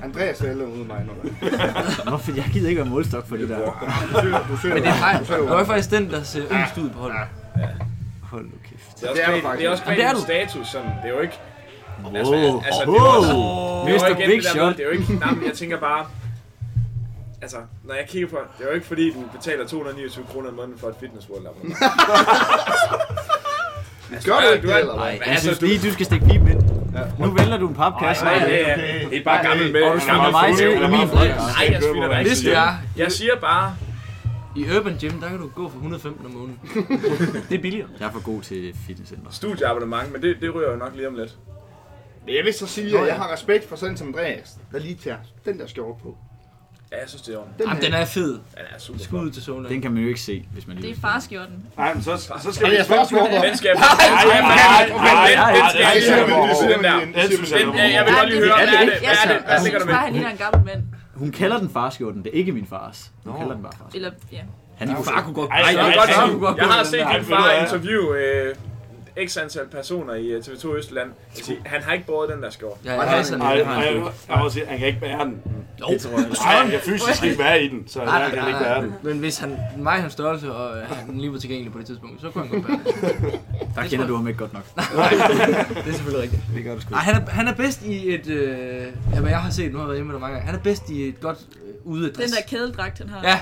S6: Andreas er ældre ude mig. nu.
S1: Nå, for jeg gider ikke være målstok for det der.
S6: Du søger, du søger.
S4: Men det er mig. Du er faktisk den, der ser yngst ud på holdet.
S1: Hold nu kæft.
S3: Det er også
S6: Det er du
S3: kvæl,
S6: faktisk.
S3: det er også
S4: Ja, det er
S3: kvæl
S4: du.
S3: status, sådan. Det er jo ikke...
S1: Wow.
S3: Altså, altså, det er også-
S1: Wow.
S3: Det er jo
S1: Mr.
S3: igen
S1: Big
S3: det der med,
S1: Shot.
S3: Det er jo ikke, nej, men jeg tænker bare, altså, når jeg kigger på, det er jo ikke fordi, du betaler 229 kroner om måneden for et fitness world abonnement.
S6: Gør det ikke
S3: du
S6: det,
S3: er-
S6: eller hvad?
S1: Nej,
S3: Hvad,
S1: jeg
S3: altså,
S1: synes
S3: du-
S1: lige, du skal stikke pipen ind. Nu vælter du en papkasse.
S3: Nej,
S1: af.
S3: det er, det er bare gammel med.
S1: Og du
S3: gammel
S1: svinger mig
S3: fugl.
S1: til i min podcast.
S3: Nej, jeg sviner dig
S4: Hvis du
S3: ikke.
S4: er
S3: Jeg siger bare,
S4: i Urban Gym, der kan du gå for 115 om måneden. Det er billigere.
S1: Jeg er for god til fitnesscenter.
S3: studieabonnement, men det, det ryger jo nok lige om lidt.
S6: Men jeg vil så sige, at jeg har respekt for sådan som Andreas, der lige tager den der skjorte på.
S3: Ja, jeg synes, det er ordentligt.
S6: Den
S4: Jamen, den er fed.
S3: Den er super
S4: Skud ud til Sola.
S1: Den kan man jo ikke se, hvis man
S7: Det
S1: lige...
S7: er farskjorten.
S2: Nej, men så, så skal vi
S6: Er det jeres første skjorte? på?
S3: Den skal jeg... Nej, nej, nej, nej, den skal
S6: Ej,
S3: jeg
S6: det siger
S3: ikke
S6: vi lige, det siger
S3: den
S6: vi
S3: der.
S6: lige, det siger vi lige.
S3: Den, ja, jeg vil godt lige høre,
S7: det
S3: hvad er det?
S7: ikke.
S3: Hvad er det? Hvad
S7: Jeg
S3: ligger
S7: synes
S3: du med?
S7: bare, han ligner en gammel mand.
S1: Hun kalder den farskjorten. Det er ikke min fars. Hun kalder den bare fars.
S7: Eller, ja.
S1: Han er jo far.
S4: kunne godt
S2: Ej,
S3: Jeg,
S2: ej,
S3: kan
S2: ej,
S3: godt
S2: ej,
S4: kunne godt
S3: sige, jeg
S4: gå
S3: har
S4: den
S3: set
S4: der.
S3: din
S2: Ej, ved
S3: far
S2: du hvad?
S3: interview øh, x antal personer i øh, TV2 Østland. Jeg siger, Han har ikke båret den der skjort. Altså,
S4: Ja, jeg har sådan
S2: Nej,
S4: en.
S2: nej, jeg jeg må sige, han kan ikke bære den.
S4: Jo,
S2: Nej, jeg kan fysisk ikke være i den, så
S4: Nej,
S2: jeg kan
S4: nej,
S2: ikke
S4: nej,
S2: bære den.
S4: nej. Men hvis han mig hans størrelse, og øh, han lige var tilgængelig på det tidspunkt, så kunne han godt bære det.
S1: Der kender du ham ikke godt nok.
S4: Det er selvfølgelig rigtigt.
S1: Det gør du sgu
S4: Ej, han er, han er bedst i et... Øh, ja, hvad jeg har set, nu har jeg været hjemme med dig mange gange. Han er bedst i et godt øh,
S7: Den
S4: udedress.
S7: der kædeldragt, han har.
S4: Ja,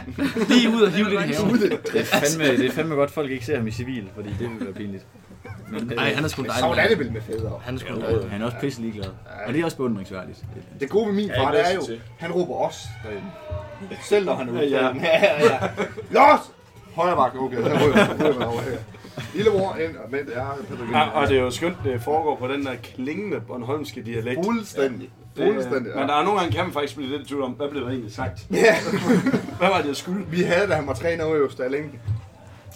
S4: lige ud og hive lidt i haven.
S1: Det er, fandme, det er fandme godt, folk ikke ser ham i civil, fordi det ville være pinligt. Men, øh,
S4: Nej, han er sgu en dejlig.
S6: Sådan er
S4: mand.
S6: det vel med fædre.
S4: Han er sgu en dejlig.
S1: han er også pisse ligeglad. Og det er også beundringsværdigt.
S6: Det gode ved min
S3: Ja,
S6: far,
S3: det
S6: det er
S3: synes
S6: jo,
S3: jeg.
S6: han råber os derinde. Selv når han er ude.
S2: Ja,
S6: Ja,
S2: ja.
S6: ja, ja. Los! Højre bakke, okay, så ryger så ryger man over her. Lillebror ind, og vent, jeg har Peter
S2: Ja, og det
S6: Gyllenhaal.
S2: er jo skønt, det foregår på den der klingende Bornholmske dialekt.
S6: Fuldstændig.
S2: Det,
S6: Fuldstændig.
S2: men der
S6: Ja.
S2: er nogle gange, kan man faktisk blive lidt i tvivl om, hvad blev der egentlig sagt?
S6: Ja.
S2: Hvad var det, jeg skulle?
S6: Vi havde, da han var træner over i Østerlængen,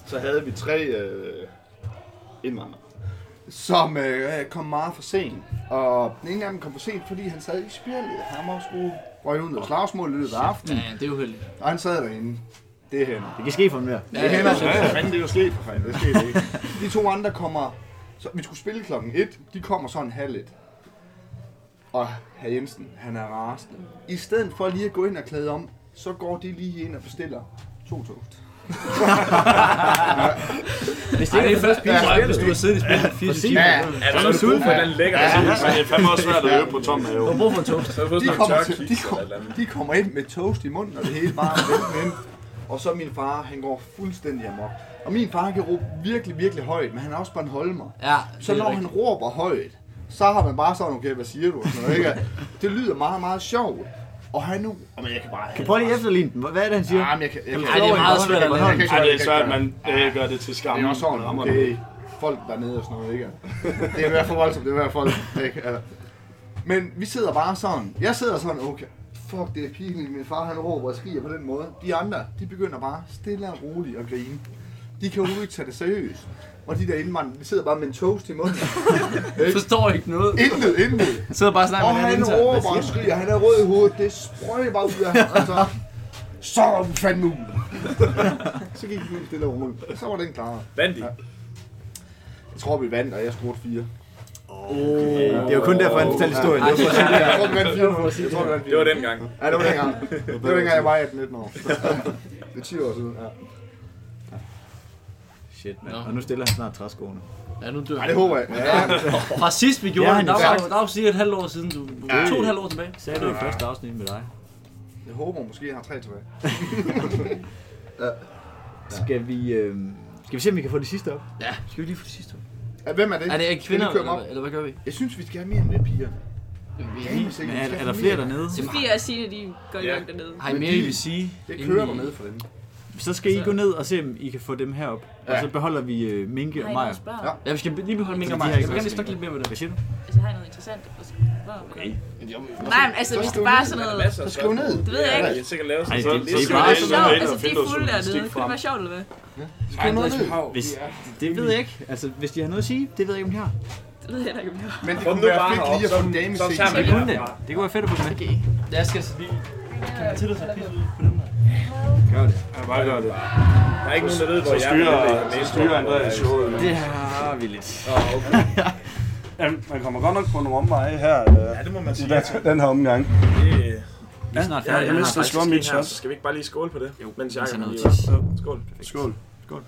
S6: så havde vi tre øh, indvandrere, som øh, kom meget for sent. Og den ene af dem kom for sent, fordi han sad i spjældet. Han var sgu røven noget slagsmål i løbet af
S4: Ja,
S6: aftenen,
S4: ja, det er uheldigt.
S6: og han sad derinde. Det hænder.
S1: Det kan ske for mere.
S6: Det hænder. Ja, fanden, det er jo sket for fanden. Det skete ikke. De to andre kommer... Så vi skulle spille klokken 1. De kommer sådan halv et. Og herr Jensen, han er rasende. I stedet for lige at gå ind og klæde om, så går de lige ind og bestiller to toast.
S1: Hvis det ikke er først
S4: Ja, hvis du har siddet i spillet i 80 timer,
S6: Ja,
S3: Er der så er du brug for, at den ligger? Ja.
S2: Men det er fandme også svært at løbe på tom have.
S4: du har brug for en toast.
S3: Så har du fået
S6: de
S3: sådan en
S6: kommer,
S3: tør
S6: til,
S3: kiks
S6: de,
S3: eller et eller
S6: kommer,
S3: andet.
S6: de kommer ind med toast i munden, og det hele bare vent, vent. Og så min far, han går fuldstændig amok. Og min far kan råbe virkelig, virkelig højt, men han er også Bornholmer.
S4: Ja,
S6: Så
S4: det er
S6: når han
S4: rigtigt.
S6: råber højt, så har man bare sådan, okay, hvad siger du? Og Sådan, noget, ikke? Det lyder meget, meget sjovt. Og han nu... Jamen, jeg kan bare...
S1: Kan prøve lige at efterligne den. Hvad er det, han siger?
S6: Ja, men jeg kan... Jeg kan
S4: Ej, det er meget svært at
S6: Jeg
S4: lave.
S6: kan ikke
S2: Ej,
S6: gøre
S2: det er svært,
S6: jeg
S2: at
S6: kan ikke
S2: man øh, gør det til skam.
S6: gøre Det Det er også sådan, okay. Folk dernede og sådan noget, ikke? Det er i hvert fald voldsomt, det er i hvert fald... Ikke? Altså. Men vi sidder bare sådan. Jeg sidder sådan, okay. Fuck, det er pinligt. Min far, han råber og skriger på den måde. De andre, de begynder bare stille og roligt at grine. De kan jo ikke tage det seriøst. Og de der indvandrere, de sidder bare med en toast i munden.
S4: Forstår ikke noget.
S6: Intet, intet.
S4: Sidder bare og snakker
S6: Og
S4: med hinanden
S6: han
S4: internt.
S6: råber og skriger, han er rød i hovedet, det sprøjter bare ud af ham, og så... Så var den fandme ud. så gik den ud stille og roligt. Så var den klar.
S3: Vandt de?
S6: Ja. Jeg tror, vi vandt, og jeg scorede fire.
S1: Det er jo kun derfor, han fortalte historien. Det var for at sige,
S6: Jeg tror, vi vandt fire. Jeg tror, vi vandt fire.
S3: Det var dengang.
S6: Ja, det var dengang. Det var dengang, jeg var 18-19 år. Det er 10 år siden, ja.
S1: Shit, mand.
S4: Nå.
S1: Og nu stiller han snart træskoene.
S4: Ja, nu dør
S6: Nej,
S4: han.
S6: det håber jeg. Ja,
S4: Fra sidst vi gjorde
S1: Ja,
S4: ja, det, der var,
S6: exakt.
S4: der var cirka et halvt år siden. Du, du to og et halvt år tilbage.
S1: Sagde du i første afsnit med dig?
S6: jeg håber måske, jeg har tre tilbage.
S1: Skal vi, øh, skal vi se, om vi kan få det sidste op?
S4: Ja, skal vi lige få det sidste.
S6: Ja, Hvem er det?
S4: Er det kvinder,
S6: Skal vi køre dem
S4: eller,
S6: op?
S4: eller hvad gør vi?
S6: Jeg synes, vi skal have mere end det, piger.
S4: vi
S6: Jamen, sikkert,
S1: Men
S6: vi
S1: er,
S6: skal
S1: er
S6: have
S1: der flere
S6: mere.
S1: dernede?
S7: Sofie og Signe, de går i
S3: Ja.
S7: gang dernede.
S4: har I mere, I vil sige?
S6: Det kører dernede for dem.
S1: Så skal I gå ned og se, om I kan få dem herop. Og
S6: Ja.
S1: så beholder vi øh, Minke og
S5: Har I
S1: Maja.
S5: noget spørg?
S6: Ja.
S4: Ja, vi skal lige beholde Minka og
S1: Fordi
S4: mig.
S1: de har
S4: Jeg
S1: ikke
S4: vil gerne
S1: været
S4: lige snakke lidt mere med det.
S1: Hvad siger du?
S5: Altså, har I noget interessant? at spørge om?
S1: Okay.
S7: Nej, men altså, hvis det bare er sådan noget...
S6: Så skriv ned.
S7: Det ved jeg ikke.
S3: Jeg sikkert lave
S1: Ej,
S3: sådan
S1: det- det er
S7: Det
S1: bare-
S7: er
S1: sådan
S7: sjovt,
S1: noget,
S7: altså de er fulde dernede. Kunne det være sjovt, eller hvad?
S6: Skriv noget ned.
S1: Hvis, det ved jeg ikke. Altså, hvis de har noget at sige, det ved jeg ikke, om de har.
S7: Det ved jeg heller ikke, om jeg har.
S6: Men det
S3: Kom
S6: kunne
S3: nu
S6: være
S3: bare
S6: fedt lige at få en dame i
S3: herop, så, så
S6: sengen.
S3: tager vi
S1: Det kunne det.
S3: herfra.
S1: Det kunne være fedt at få dem med.
S4: Jeg skal så lige... Kan man tillade sig at pisse ud på dem der?
S1: Gør det.
S2: Ja, bare gør det.
S3: Der er ikke nogen, der ved, hvor
S2: Så
S3: jeg
S2: styrer, så styrer Andreas showet.
S1: Det har vi lidt.
S2: Jamen, man kommer godt nok på nogle omveje her
S3: Ja,
S2: øh,
S3: det må man
S2: i
S3: sige.
S2: den- den her omgang.
S3: Det-
S1: Vi er snart
S3: Ja,
S1: færdige.
S3: jeg
S2: har
S3: mister
S2: faktisk
S3: slum i
S2: en
S3: et
S2: her,
S3: shot. Så skal vi ikke bare lige skåle på det, jo, mens jeg
S1: sådan
S3: kan
S1: noget
S3: lige være. Skål.
S2: Skål.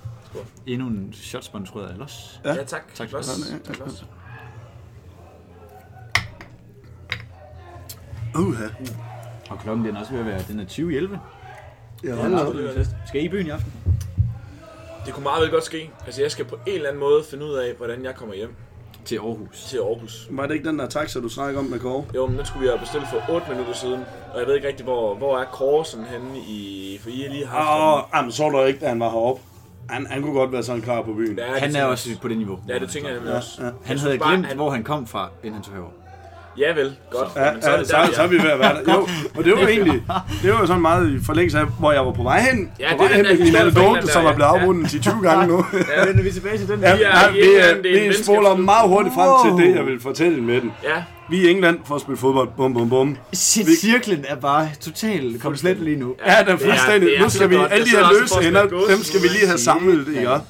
S1: Endnu en shot sponsoreret af Los.
S3: Ja, tak.
S1: Tak
S3: Tak
S1: skal
S3: for
S1: du
S3: det.
S2: Uha.
S1: Og klokken den er også ved at være, den er 20 i 11.
S2: Ja,
S1: Skal I i byen i aften?
S3: Det kunne meget vel godt ske. Altså, jeg skal på en eller anden måde finde ud af, hvordan jeg kommer hjem
S1: Til Aarhus.
S3: til Aarhus.
S2: Var det ikke den der taxa, du snakkede om med Kåre?
S3: Jo, men den skulle vi have bestilt for 8 minutter siden, og jeg ved ikke rigtig, hvor, hvor er Korsen henne i... For I har lige haft...
S2: Åh, jamen, så du ikke, da han var heroppe. Han, han kunne godt være sådan klar på byen.
S3: Ja, det
S1: Han
S3: tænker
S1: er
S3: jeg-
S1: også på det niveau.
S3: Ja, det tænker jeg nemlig også.
S2: ja.
S1: Han
S3: Jeg
S1: havde
S3: synes bare,
S1: glemt,
S3: han-
S1: hvor han kom fra, inden han tog herover.
S3: Ja vel, godt.
S2: Ja,
S3: Men
S2: så, ja, så,
S3: der,
S2: så er vi ved at være der. Jo, og det var jo egentlig, det var jo sådan meget i forlængelse af, hvor jeg var på vej hen.
S3: Ja,
S2: på
S3: det er
S2: vej
S3: den
S2: hen
S3: der
S2: med min
S3: historie fra
S2: anekdote,
S3: England
S2: som
S3: der,
S2: er blevet
S3: ja.
S2: afrundet 10-20 gange nu.
S1: Ja, vender vi tilbage til den
S2: Ja,
S1: der.
S2: ja,
S3: i
S2: vi,
S3: England, det er en
S2: øh, vi spoler
S3: venskabsklub.
S2: meget hurtigt frem til
S1: Wow.
S2: det, jeg vil fortælle med den.
S3: Ja,
S2: Vi er i England for at spille fodbold. Bum, bum, bum.
S1: Shit, cirklen er bare totalt komplet lige nu.
S2: Ja, det er fuldstændig.
S3: det er
S2: nu skal vi,
S3: så godt.
S2: alle de
S3: Jeg sidder
S2: her
S3: også
S2: løse
S3: for at
S2: ender,
S3: spille
S2: dem skal vi lige have
S1: Shit,
S2: samlet,
S1: mand.
S2: ikke? også?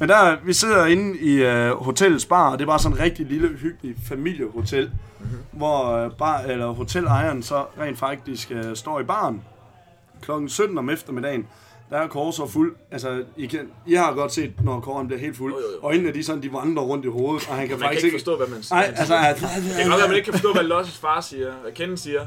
S2: Men der, vi sidder inde i øh, hotellets bar, og det er bare sådan en rigtig lille, hyggelig familiehotel,
S3: Mhm.
S2: hvor øh, bar, eller hotelejeren så rent faktisk øh, står i baren klokken 17 om eftermiddagen. Der er Kåre så fuld. Altså, I, kan, I har godt set, når Kåre han bliver helt fuld.
S3: Jo, jo, jo.
S2: Øjnene, de, sådan, de vandrer rundt i hovedet, og han kan
S3: man kan
S2: faktisk
S3: ikke forstå, hvad man siger.
S2: Nej, altså... Han,
S3: Det kan godt være, man ikke kan forstå, hvad Losses far siger, hvad Ken siger.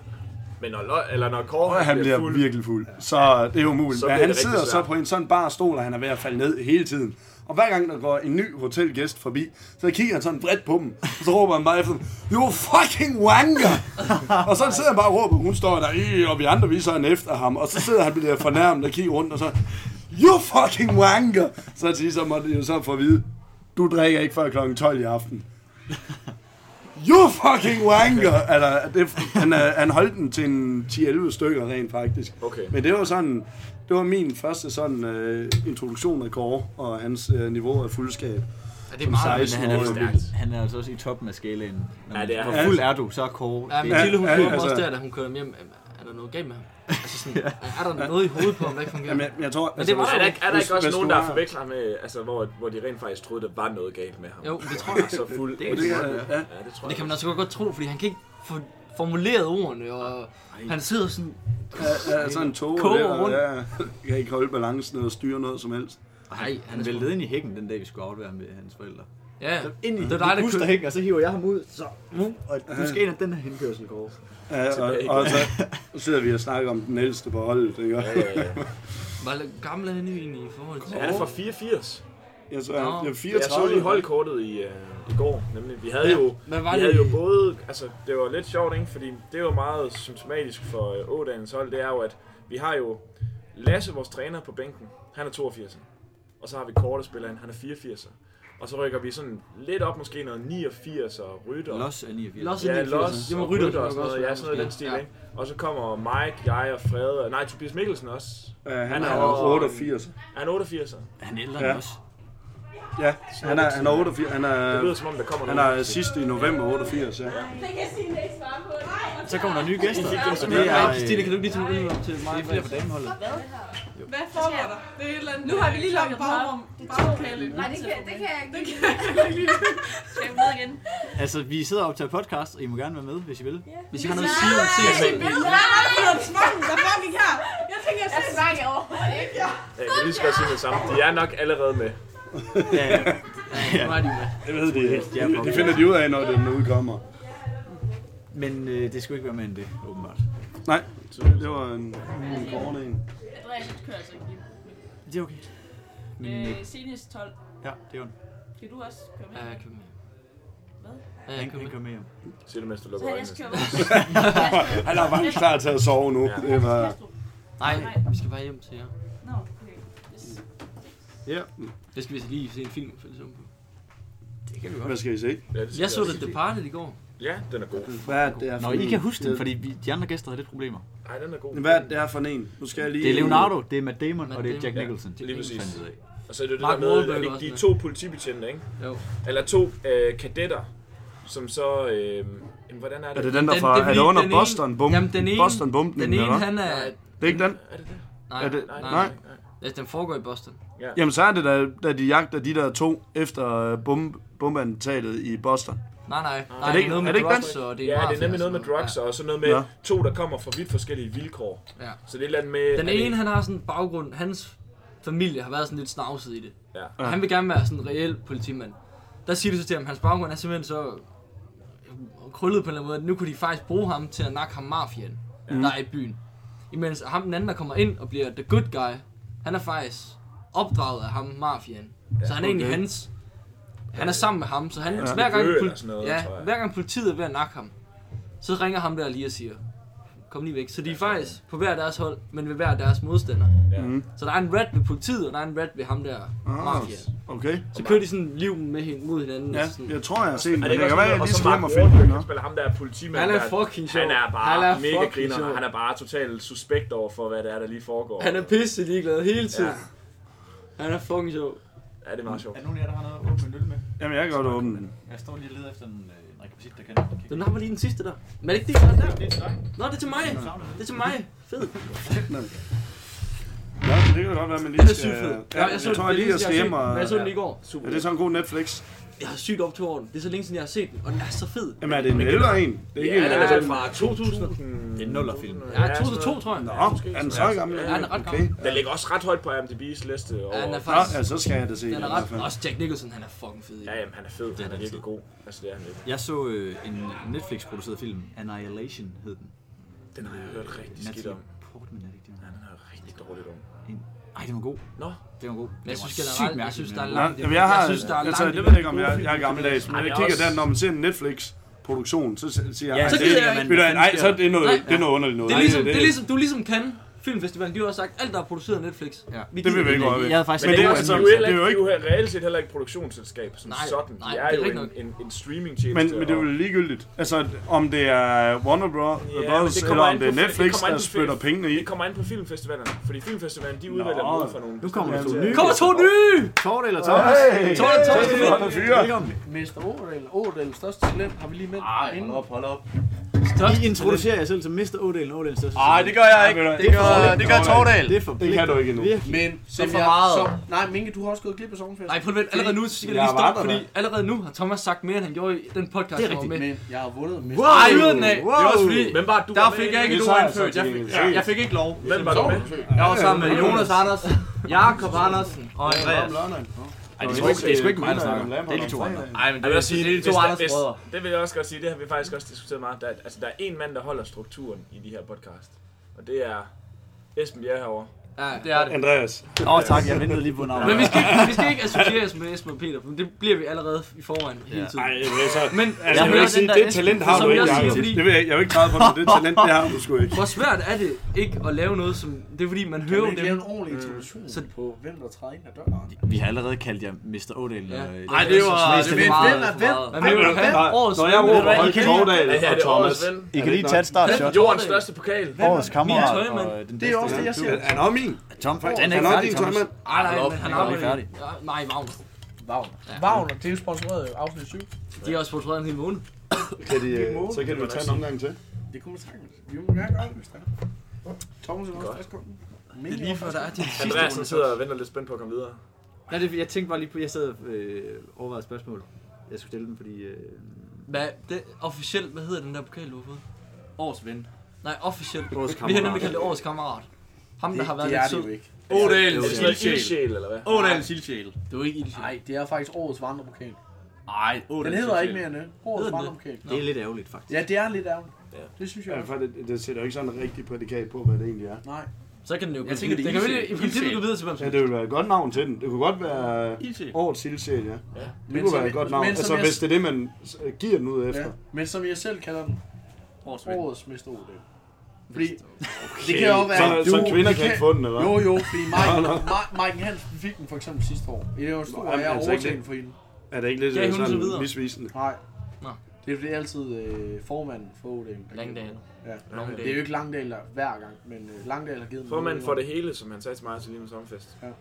S3: Men når, Lo- eller når Kåre
S2: han bliver
S3: fuld,
S2: virkelig fuld. Så øh, det er umuligt.
S3: Så
S2: Men
S3: bliver
S2: han
S3: det rigtig
S2: sidder så
S3: svært.
S2: på en sådan bar stol, og han er ved at falde ned hele tiden. Og hver gang der går en ny hotelgæst forbi, så kigger han sådan bredt på dem, og så råber han bare efter dem, You fucking wanker! og så sidder han bare og råber, hun står der, "Øh," og vi andre viser han efter ham, og så sidder han bliver fornærmet og kigger rundt, og så, You fucking wanker! Så til sidst, så måtte de jo så få at vide, du drikker ikke før kl. 12 i aften. You fucking wanker! altså, det, han, øh, han holdt den til en 10-11 stykker rent faktisk.
S3: Okay.
S2: Men det var sådan, det var min første sådan øh, introduktion af Kåre og hans øh, niveau af fuldskab.
S4: Ja, det er
S1: Nej,
S4: meget
S1: men han er,
S2: år.
S1: jo- han er altså også i toppen af skalaen. Når
S3: Ja,
S1: man,
S3: det er
S1: hvor
S3: han.
S1: fuld er du, så er Kåre.
S4: Ja,
S1: det
S4: men
S1: er-
S4: Tilde, hun
S2: ja,
S4: spurgte
S2: altså-
S4: også der, da hun kørte ham hjem, er der noget galt med ham? Altså sådan, er der noget i hovedet på ham, der ikke fungerer?
S2: Jamen, jeg, jeg tror, altså,
S4: det var-
S3: er der, ikke- er der
S2: hvis-
S3: ikke også
S2: hvis
S3: nogen,
S2: du
S3: der
S2: har-
S3: har forvekslet ham med, altså, hvor, hvor de rent faktisk troede, der var noget galt med ham?
S4: Jo, det tror jeg.
S3: Så fuld.
S1: Det er
S3: Men
S1: det,
S3: kan-
S2: ja, ja.
S3: ja, det tror
S4: Det kan
S3: jeg.
S4: man altså godt tro, fordi han kan ikke få formuleret ordene, og han sidder sådan...
S2: Ja, ja, sådan en tog
S4: Koger
S2: der, og
S4: rundt.
S2: ja, jeg kan ikke holde balancen og styre noget som helst.
S1: Og
S4: Ej,
S1: han,
S4: han er
S1: han væltede ind i hækken den dag, vi skulle aflevere ham ved hans forældre.
S4: Ja,
S1: Ind i
S4: det var dig, der kørte.
S1: hækken, og så hiver jeg ham ud. Så, nu, og du skal ind af den her henkørsel, Kåre.
S2: Ja, og, og så sidder vi og snakker om den ældste på holdet, ikke?
S3: Ja, ja, ja.
S4: Hvor gammel er han nu egentlig i forhold til...
S3: Han er fra 84.
S2: Jeg, så,
S4: Nå.
S2: jeg er
S3: Jeg
S2: 34.
S3: så lige holdkortet i, øh, i går, nemlig. Vi havde
S4: Ja,
S3: jo,
S4: hvad var
S3: vi
S4: det?
S3: havde jo både... Altså, det var lidt sjovt, ikke? Fordi det var meget symptomatisk for øh, Ådalens hold. Det er jo, at vi har jo Lasse, vores træner på bænken. Han er 82. Og så har vi Kortespilleren, han er 84. Og så rykker vi sådan lidt op, måske noget 89 og rytter.
S1: Los er 89.
S4: Los
S3: Ja,
S4: 89.
S3: Los
S4: Det må
S3: og
S4: Rytter
S3: Rytter og
S4: nok
S3: sådan
S4: også
S3: noget.
S4: være,
S3: Ja, sådan noget i den
S4: måske.
S3: stil,
S4: Ja.
S3: ikke? Og så kommer Mike, jeg og Fred, og nej, Tobias Mikkelsen også.
S2: Øh, han,
S3: Han
S2: er
S3: er også-
S2: 88.
S3: Er han 88'er?
S1: Er Han ældre
S2: Ja.
S1: end os.
S2: Ja, han er, han er 88. Han
S3: Det lyder
S2: er,
S3: som om, der kommer
S2: han
S3: nogen.
S2: er sidst i november 88, ja.
S5: Det kan jeg sige, at jeg ikke svarer på.
S1: Så kommer der nye gæster. Og
S4: Det
S1: Altså, det
S4: er,
S1: er...
S4: Stine, kan du ikke lige tage en øl op til mig?
S1: Det er flere på dameholdet.
S5: Hvad foregår der? Det er et eller andet. Nu har vi lige lukket bagrum. Bagkale. Nej, det kan, det kan jeg ikke. Det kan jeg ikke lige. Skal jeg med igen?
S1: Altså, vi sidder og optager podcast, og I må gerne være med, hvis I vil.
S4: Hvis I har noget at sige, så siger jeg
S5: Nej, det er en tvang, der fucking her. Jeg tænker, jeg ser tvang over.
S3: Ja, Jeg kan lige så godt sige det samme. De er nok allerede med.
S1: Ja, ja.
S4: Nu er de med.
S2: Det ved de ikke.
S1: Ja,
S2: Det finder de ud af, når den udkommer.
S1: Men øh, det skulle ikke være med end det, åbenbart.
S2: Nej, det var en, en kort en.
S5: Andreas, du kører altså ikke ind.
S1: Det er okay. Men, øh,
S5: Øh, senest 12.
S1: ja, det er ondt.
S5: Skal du også køre med?
S4: Ja, jeg kører med.
S5: Hvad?
S4: Ja, jeg
S1: Han
S4: kører
S1: kan
S4: med.
S1: komme med hjem.
S3: Siger det, mens du
S5: Så
S3: lukker
S5: havde
S3: øjnene.
S5: jeg også kørt med.
S2: Han er bare klar til at sove nu.
S3: Ja.
S2: Det var,
S4: Nej, vi skal bare hjem til jer.
S5: Nå, okay. Yes.
S2: ja.
S4: Jeg skal vist lige se en film, for det på.
S1: Det kan vi
S2: Hvad skal I se?
S3: Ja, det
S4: Jeg så
S3: siger
S4: The Departed i går.
S3: Ja, den er god.
S2: Hvad er det her for
S1: Nå,
S2: en?
S1: I kan huske den, fordi vi, de andre gæster havde lidt problemer.
S3: Ej, den er god.
S2: Hvad er det her for en? Nu skal jeg lige...
S1: Det er Leonardo, det er Matt Damon,
S4: Matt
S1: og det er Jack
S4: Damon.
S1: Nicholson.
S3: lige præcis.
S1: fandt ud af.
S3: Og så er det jo det
S4: Mark
S3: der med,
S4: Wahlberg
S3: at
S4: også
S3: de, de
S4: med.
S3: to politibetjente, ikke?
S4: Jo.
S3: Eller to øh, kadetter, som så... Øh, jamen, hvordan er det?
S2: Er det den, der
S4: Den-
S2: fra...
S4: det er
S2: Er det
S4: fordi,
S2: under
S4: den ene-
S2: Boston Bum?
S4: Jamen, den ene,
S2: Boston Bum,
S4: den ene, han er...
S3: Nej.
S2: Det er ikke den?
S3: Er det det?
S4: Nej,
S2: Er det...
S3: Nej,
S2: Nej.
S3: nej.
S4: Altså, den foregår i Boston.
S2: Jamen, så er det da, da de jagter de der to efter øh, bom, bombantentatet i Boston.
S4: Nej, nej. nej
S2: det ikke-
S4: noget
S2: Ah. er
S4: med
S2: det ikke
S4: drugs,
S2: den?
S4: og det er
S3: Ja, det
S4: mafia
S3: er nemlig
S4: og
S3: noget med
S4: sådan
S3: drugs, og så noget
S2: Nå.
S3: med to, der kommer fra vidt forskellige vilkår.
S4: Ja. ja.
S3: Så det er et eller andet med...
S4: Den
S3: Øh, er det-
S4: ene, han har sådan en baggrund, hans familie har været sådan lidt snavset i det.
S3: Ja.
S4: Og han vil gerne være sådan en reel politimand. Der siger det så til ham, hans baggrund er simpelthen så øh, krøllet på en eller anden måde, at nu kunne de faktisk bruge ham til at nakke ham mafiaen, ja. der er i byen. Imens ham den anden, der kommer ind og bliver the good guy, han er faktisk opdraget af ham, mafiaen. Ja, så han er okay. egentlig hans. Han er sammen med ham, så han, ja, hver, gang,
S3: nevø
S4: poli-
S3: eller sådan noget,
S4: ja,
S3: tror jeg.
S4: hver gang politiet er ved at nakke ham, så ringer ham der lige og siger, kom lige væk. Så de er faktisk på hver deres hold, men ved hver deres modstander.
S3: Ja. Mm.
S4: Så der er en rat ved politiet, og der er en rat ved ham der,
S2: Ah.
S4: mafiaen.
S2: Okay.
S4: Så kører de sådan liv med hin- mod hinanden.
S2: Ja,
S4: og sådan.
S2: jeg tror, jeg har set den. men
S3: Er det
S2: Det
S3: ikke
S2: kan
S3: også
S2: være, at
S3: noget,
S2: jeg
S3: og
S2: lige
S3: så
S2: skal hjem
S3: Mark
S2: og finde den.
S3: Wahlberg,
S2: nå.
S3: der spiller ham der politimand.
S4: Han er
S3: der-
S4: fucking sjov.
S3: Han er bare
S4: Han er
S3: mega
S4: fucking
S3: griner,
S4: sjov.
S3: og han er bare totalt suspekt over for, hvad det er, der lige foregår.
S4: Han er pisse ligeglad hele tiden.
S3: Ja.
S4: Han er fucking sjov.
S3: Ja, det er meget sjovt.
S1: Er der nogen af jer, der har noget at åbne en øl med?
S2: Jamen, jeg kan godt åbne den.
S1: Jeg står lige og leder efter en, øh, en rekvisit, der kan kigge.
S4: Den har lige den sidste der. Men er det ikke det, der er der?
S1: Det er til dig.
S4: Nå, det er til mig. Det er til mig. Fed.
S2: Ja, det kan godt være, at man
S4: Den
S2: lige
S4: er
S2: skal...
S4: sygt fed.
S2: Ja, jeg tror, jeg lige, jeg skal hjem og...
S4: Jeg så den i går.
S2: Ja, det er sådan en god Netflix.
S4: Jeg har sygt op til over den. Det er så længe siden, jeg har set den. Og den er så fed.
S2: Jamen, er det en ældre en? Det er ikke
S3: Ja, den er
S2: en...
S3: vel fra 2000.
S1: Det er en nullerfilm.
S4: Ja,
S3: Ja,
S4: 2002, tror jeg.
S2: Nå, er den så gammel?
S4: Ja, den er ret
S2: Okay.
S4: gammel.
S3: Den ligger også ret højt på IMDb's liste. Over.
S4: Ja, den er
S2: Nå,
S4: faktisk...
S2: ja, så skal jeg da se
S4: Den
S2: den.
S4: er
S2: i hvert fald.
S4: ret... Også Jack Nicholson, han er fucking fed. i
S3: Ja,
S4: den.
S3: jamen, han er fed. Han er virkelig god. Altså, det er han ikke.
S1: Jeg så øh, en Netflix-produceret film, Annihilation hed den.
S3: Den har jeg hørt rigtig skidt om.
S1: Natalie Portman, er det ikke det? hun
S3: Ja,
S1: hedder?
S3: den har jeg rigtig dårligt om.
S1: En- Ej, den var god.
S3: Nå,
S1: Den var god.
S4: Men jeg
S1: Den
S4: synes
S1: var sygt
S4: generelt, jeg
S1: mærkelig,
S4: synes,
S1: men
S4: der er
S1: den var-
S4: langt...
S2: Nej, jamen, jeg har,
S4: Jeg synes, der er
S2: altså,
S4: langt
S2: det ved jeg ikke, om
S4: imellem
S2: jeg,
S4: gode
S2: jeg er
S4: film
S2: gammeldags, men
S3: Ej,
S2: jeg
S3: det er
S2: kigger
S3: også-
S2: der, når man ser en Netflix-produktion, så s- siger jeg,
S3: Ja,
S2: "Ej,
S4: Så
S2: det,
S4: gider
S2: det,
S4: jeg
S1: man-
S4: ikke.
S2: ved du hvad, nej, så er det er noget,
S4: Nej.
S2: det er noget underligt noget.
S4: Det er ligesom,
S2: Nej,
S4: det er ligesom, du er ligesom Cannes Filmfestivalen, de har også sagt, alt der er produceret af Netflix,
S1: Ja.
S4: vi
S2: det vil
S4: gider
S2: vi ikke røre ved.
S1: Jeg havde faktisk
S3: men det er jo
S2: det
S3: altså,
S2: er
S3: de
S2: jo-
S3: er jo heller
S2: det er
S3: ikke,
S2: jo
S3: de er jo he- reelt set heller ikke produktionsselskab som
S4: Nej,
S3: sådan.
S4: nej,
S3: de
S4: det
S3: er,
S4: er
S3: jo en,
S4: rigtig
S3: en, en streamingtjeneste.
S2: Men, men det er jo ligegyldigt. Altså, om det er Warner Bros.
S3: Ja, men
S2: Bros.
S3: det kommer
S2: eller
S3: an
S2: om
S3: på
S2: det er
S3: film-
S2: Netflix,
S3: det kommer an
S2: der
S3: på
S2: spytter
S3: film.
S2: pengene
S3: Det
S2: i.
S3: kommer ind på filmfestivalerne, fordi filmfestivalerne, de udvælger
S2: Nå.
S3: dem ud fra nogle...
S1: Nu kommer der to nye.
S4: Kommer to nye!
S1: Torte eller Thomas?
S2: Hey!
S4: Torte, Torte,
S2: Hey!
S4: Torte.
S2: Torte, fyre!
S9: Mester Ådal, Ådal, største talent, har vi lige med.
S1: Ej,
S9: hold op, hold op.
S1: I introducerer jer selv som Mr. Odell og Odell største.
S9: Nej, det gør jeg ikke.
S2: Ej, ved du hvad,
S9: Det gør, det gør Tordal.
S1: Det er for
S2: Det kan du ikke endnu.
S9: Men som
S4: for
S9: jeg,
S4: meget.
S9: Som, nej, Minke, du har også gået glip af sommerferien.
S4: Nej, prøv at vente, allerede nu så skal jeg
S2: Jeg
S4: lige stoppe,
S2: var der,
S4: fordi allerede nu har Thomas sagt mere, end han gjorde i den podcast,
S1: Det er
S4: han var
S1: rigtigt.
S4: med.
S9: Men jeg har vundet med.
S4: Ej, fyr den af! Det er også fordi,
S3: Hvem var det, du
S4: der
S3: var
S4: fik
S3: med
S4: jeg
S3: i?
S4: ikke
S2: Det
S4: et
S2: tager
S4: ord
S2: jeg så
S4: indført. Jeg
S2: til
S4: fik,
S2: gengæld.
S4: jeg fik ikke lov.
S3: Hvem var du med?
S4: Jeg var sammen med Jonas Andersen, Jakob Andersen og Andreas.
S1: Ej, det er sgu ikke, det er sgu ikke mig, der snakker. Det er de to andre.
S4: Ej, men
S3: Jeg vil også sige,
S4: det er de to
S3: hvis der-
S4: Andersen
S3: hvis-
S4: brødre.
S3: Det vil jeg også godt sige, det har vi faktisk også diskuteret meget. Der, er- altså, der er en mand, der holder strukturen i de her podcast, og det er Esben Bjerre herovre.
S4: Ja, det er det.
S2: Andreas.
S1: Åh, oh, tak. Jeg ventede lige på navnet.
S4: Men vi skal, ikke- vi skal ikke associeres med Esben og Peter, for det bliver vi allerede i forvejen hele tiden.
S2: Nej, altså,
S4: Men
S2: altså, jeg vil
S1: hører
S2: ikke sige,
S1: den der
S2: det
S1: Esben,
S2: talent har
S4: som
S2: du ikke,
S4: jeg siger,
S2: Jacob.
S4: fordi-
S2: Det vil jeg, jeg vil ikke træde på dig. Det talent, det har du sgu ikke.
S4: hvor svært er det ikke at lave noget, som... Det er fordi, man hører
S9: Hører
S4: om
S9: ikke lave en
S4: dem.
S9: ordentlig introduktion
S4: Så-
S9: på, hvem der træder ind ad døren?
S1: Vi har allerede kaldt jer Mr. O'Dale.
S4: Ja.
S1: og-
S4: Ej,
S1: øh,
S4: det var- det
S1: Mr. Lindhardt.
S4: var-
S9: Hvem er hvem?
S4: Man vil jo have årets...
S2: Når jeg råber Høje Torvdal
S3: Ja,
S2: og
S3: det er
S2: Thomas,
S3: årets ven.
S10: I kan lige tage et startshot.
S3: Jordens største pokal.
S10: Årets
S4: Min
S10: kammerat.
S4: tøjmand.
S1: og
S9: Det
S1: den
S9: er
S1: bedste
S9: også det, jeg siger.
S2: Han- han er også min.
S1: Tom, den er
S2: Han
S1: ikke
S2: er også
S1: færdig,
S2: din
S1: Thomas.
S2: tøjmand.
S4: Ej, nej, men han
S1: Han er ikke
S4: arbejder
S1: færdig.
S4: ikke. Ja, Nej, Wagner.
S9: Vagner. Vagner, det er jo sponsoreret af afsnit 7.
S4: De har også sponsoreret en hel måned.
S6: Kan de, øh, så kan du tage en omgang til.
S9: Det kunne man sagtens. Vi må gerne gøre det, hvis det er. Thomas er også frisk kunden.
S4: Det er lige før, der er din sidste
S3: Andreas han
S4: runde.
S3: sidder og venter lidt spændt på at komme videre.
S1: Nej, det, jeg tænkte bare lige på, jeg sad og øh, overvejede et spørgsmål. Jeg skulle stille dem, fordi... Øh,
S4: Hvad, det, officielt, hvad hedder den der pokal, du har fået? Årets ven. Nej, officielt.
S1: Årets
S4: Vi har
S1: kammerat.
S4: nemlig kaldt det årets kammerat. Ham, der har været
S9: det
S4: lidt
S9: er det jo
S4: sød.
S9: ikke.
S3: Det
S1: Jo,
S3: er
S1: det er
S3: sådan noget ildsjæl, eller hvad?
S10: Ådalens ildsjæl.
S4: Det er jo ikke ildsjæl.
S9: Nej, det er faktisk årets vandrepokal.
S10: Ej,
S9: Den
S10: Ådalens
S9: hedder ikke mere
S10: ildsjæl.
S9: end det. Årets
S4: Hedder den
S9: vandrepokal.
S1: Det er lidt ærgerligt, faktisk.
S9: Ja, det er lidt ærgerligt.
S3: Ja.
S9: Det synes jeg.
S2: Ja, for det, det sætter jo ikke sådan en rigtig prædikat på, hvad det egentlig er.
S9: Nej.
S4: Så kan den jo
S10: Jeg tænker, det er
S4: den kan jo
S10: ildsjæl.
S4: i princippet
S10: Ildsjæl.
S4: gå videre til hvem som
S2: Ja, det ville være et godt navn til den. Det kunne godt være
S10: Ildsjæl.
S2: årets ildsjæl, ja. Det
S9: Men
S2: kunne
S9: som
S2: være et
S9: jeg-
S2: godt navn.
S9: men som
S2: Altså,
S9: jeg-
S2: hvis det er det, man s- giver den ud efter.
S9: Ja. Men som jeg selv kalder den,
S10: Årets ven.
S9: årets mester Odell. Fordi det kan jo
S2: Så,
S9: være...
S2: så
S9: du-
S2: kvinder
S9: det
S2: kan ikke få den, eller hvad?
S9: Jo, jo, fordi Mike, Ma- Mike Hansen fik den for eksempel sidste år. Det er jo en stor
S2: Jamen,
S9: ære at
S2: altså ikke
S9: overtage
S2: det.
S9: den for hende.
S2: Er det ikke lidt
S4: Ja, hun
S2: øh,
S4: så videre.
S2: sådan misvisende?
S9: Nej.
S4: Nå.
S9: Det er fordi altid øh, formanden for Odell.
S4: Langdal.
S9: Ja.
S4: Langdal.
S9: Det er jo ikke Langdal der hver gang, men øh, Langdal har givet den.
S3: Formanden for det hele, som han sagde til mig til lige med sommerfest.
S9: Ja.
S3: Og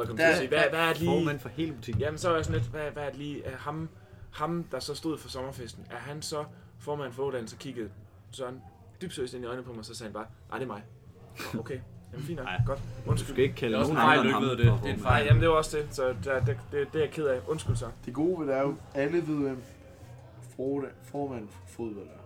S3: jeg kom til at
S9: Der-
S3: sige, hvad, hvad er det lige...
S1: Formand for hele butikken.
S3: Jamen, så er jeg sådan lidt, hvad, hvad er det lige... Er ham, ham, der så stod for sommerfesten, er han så formand for Ådalen, så kiggede Søren dybt seriøst ind i øjnene på mig, så sagde han bare, nej, det er mig. Nå, Okay, jamen fint nok, godt.
S1: Du
S3: Undskyld.
S1: skal ikke kalde
S10: Det er også
S1: nogen
S10: en fejl,
S1: andre
S10: du
S1: end
S10: ikke
S1: ham.
S10: ved det.
S1: for
S10: Det er en
S1: formand.
S3: Nej, jamen det var også det, så der, der, det, det er jeg ked af. Undskyld så.
S9: Det gode ved det er jo, alle ved, hvem Frode, formanden for fodbold er.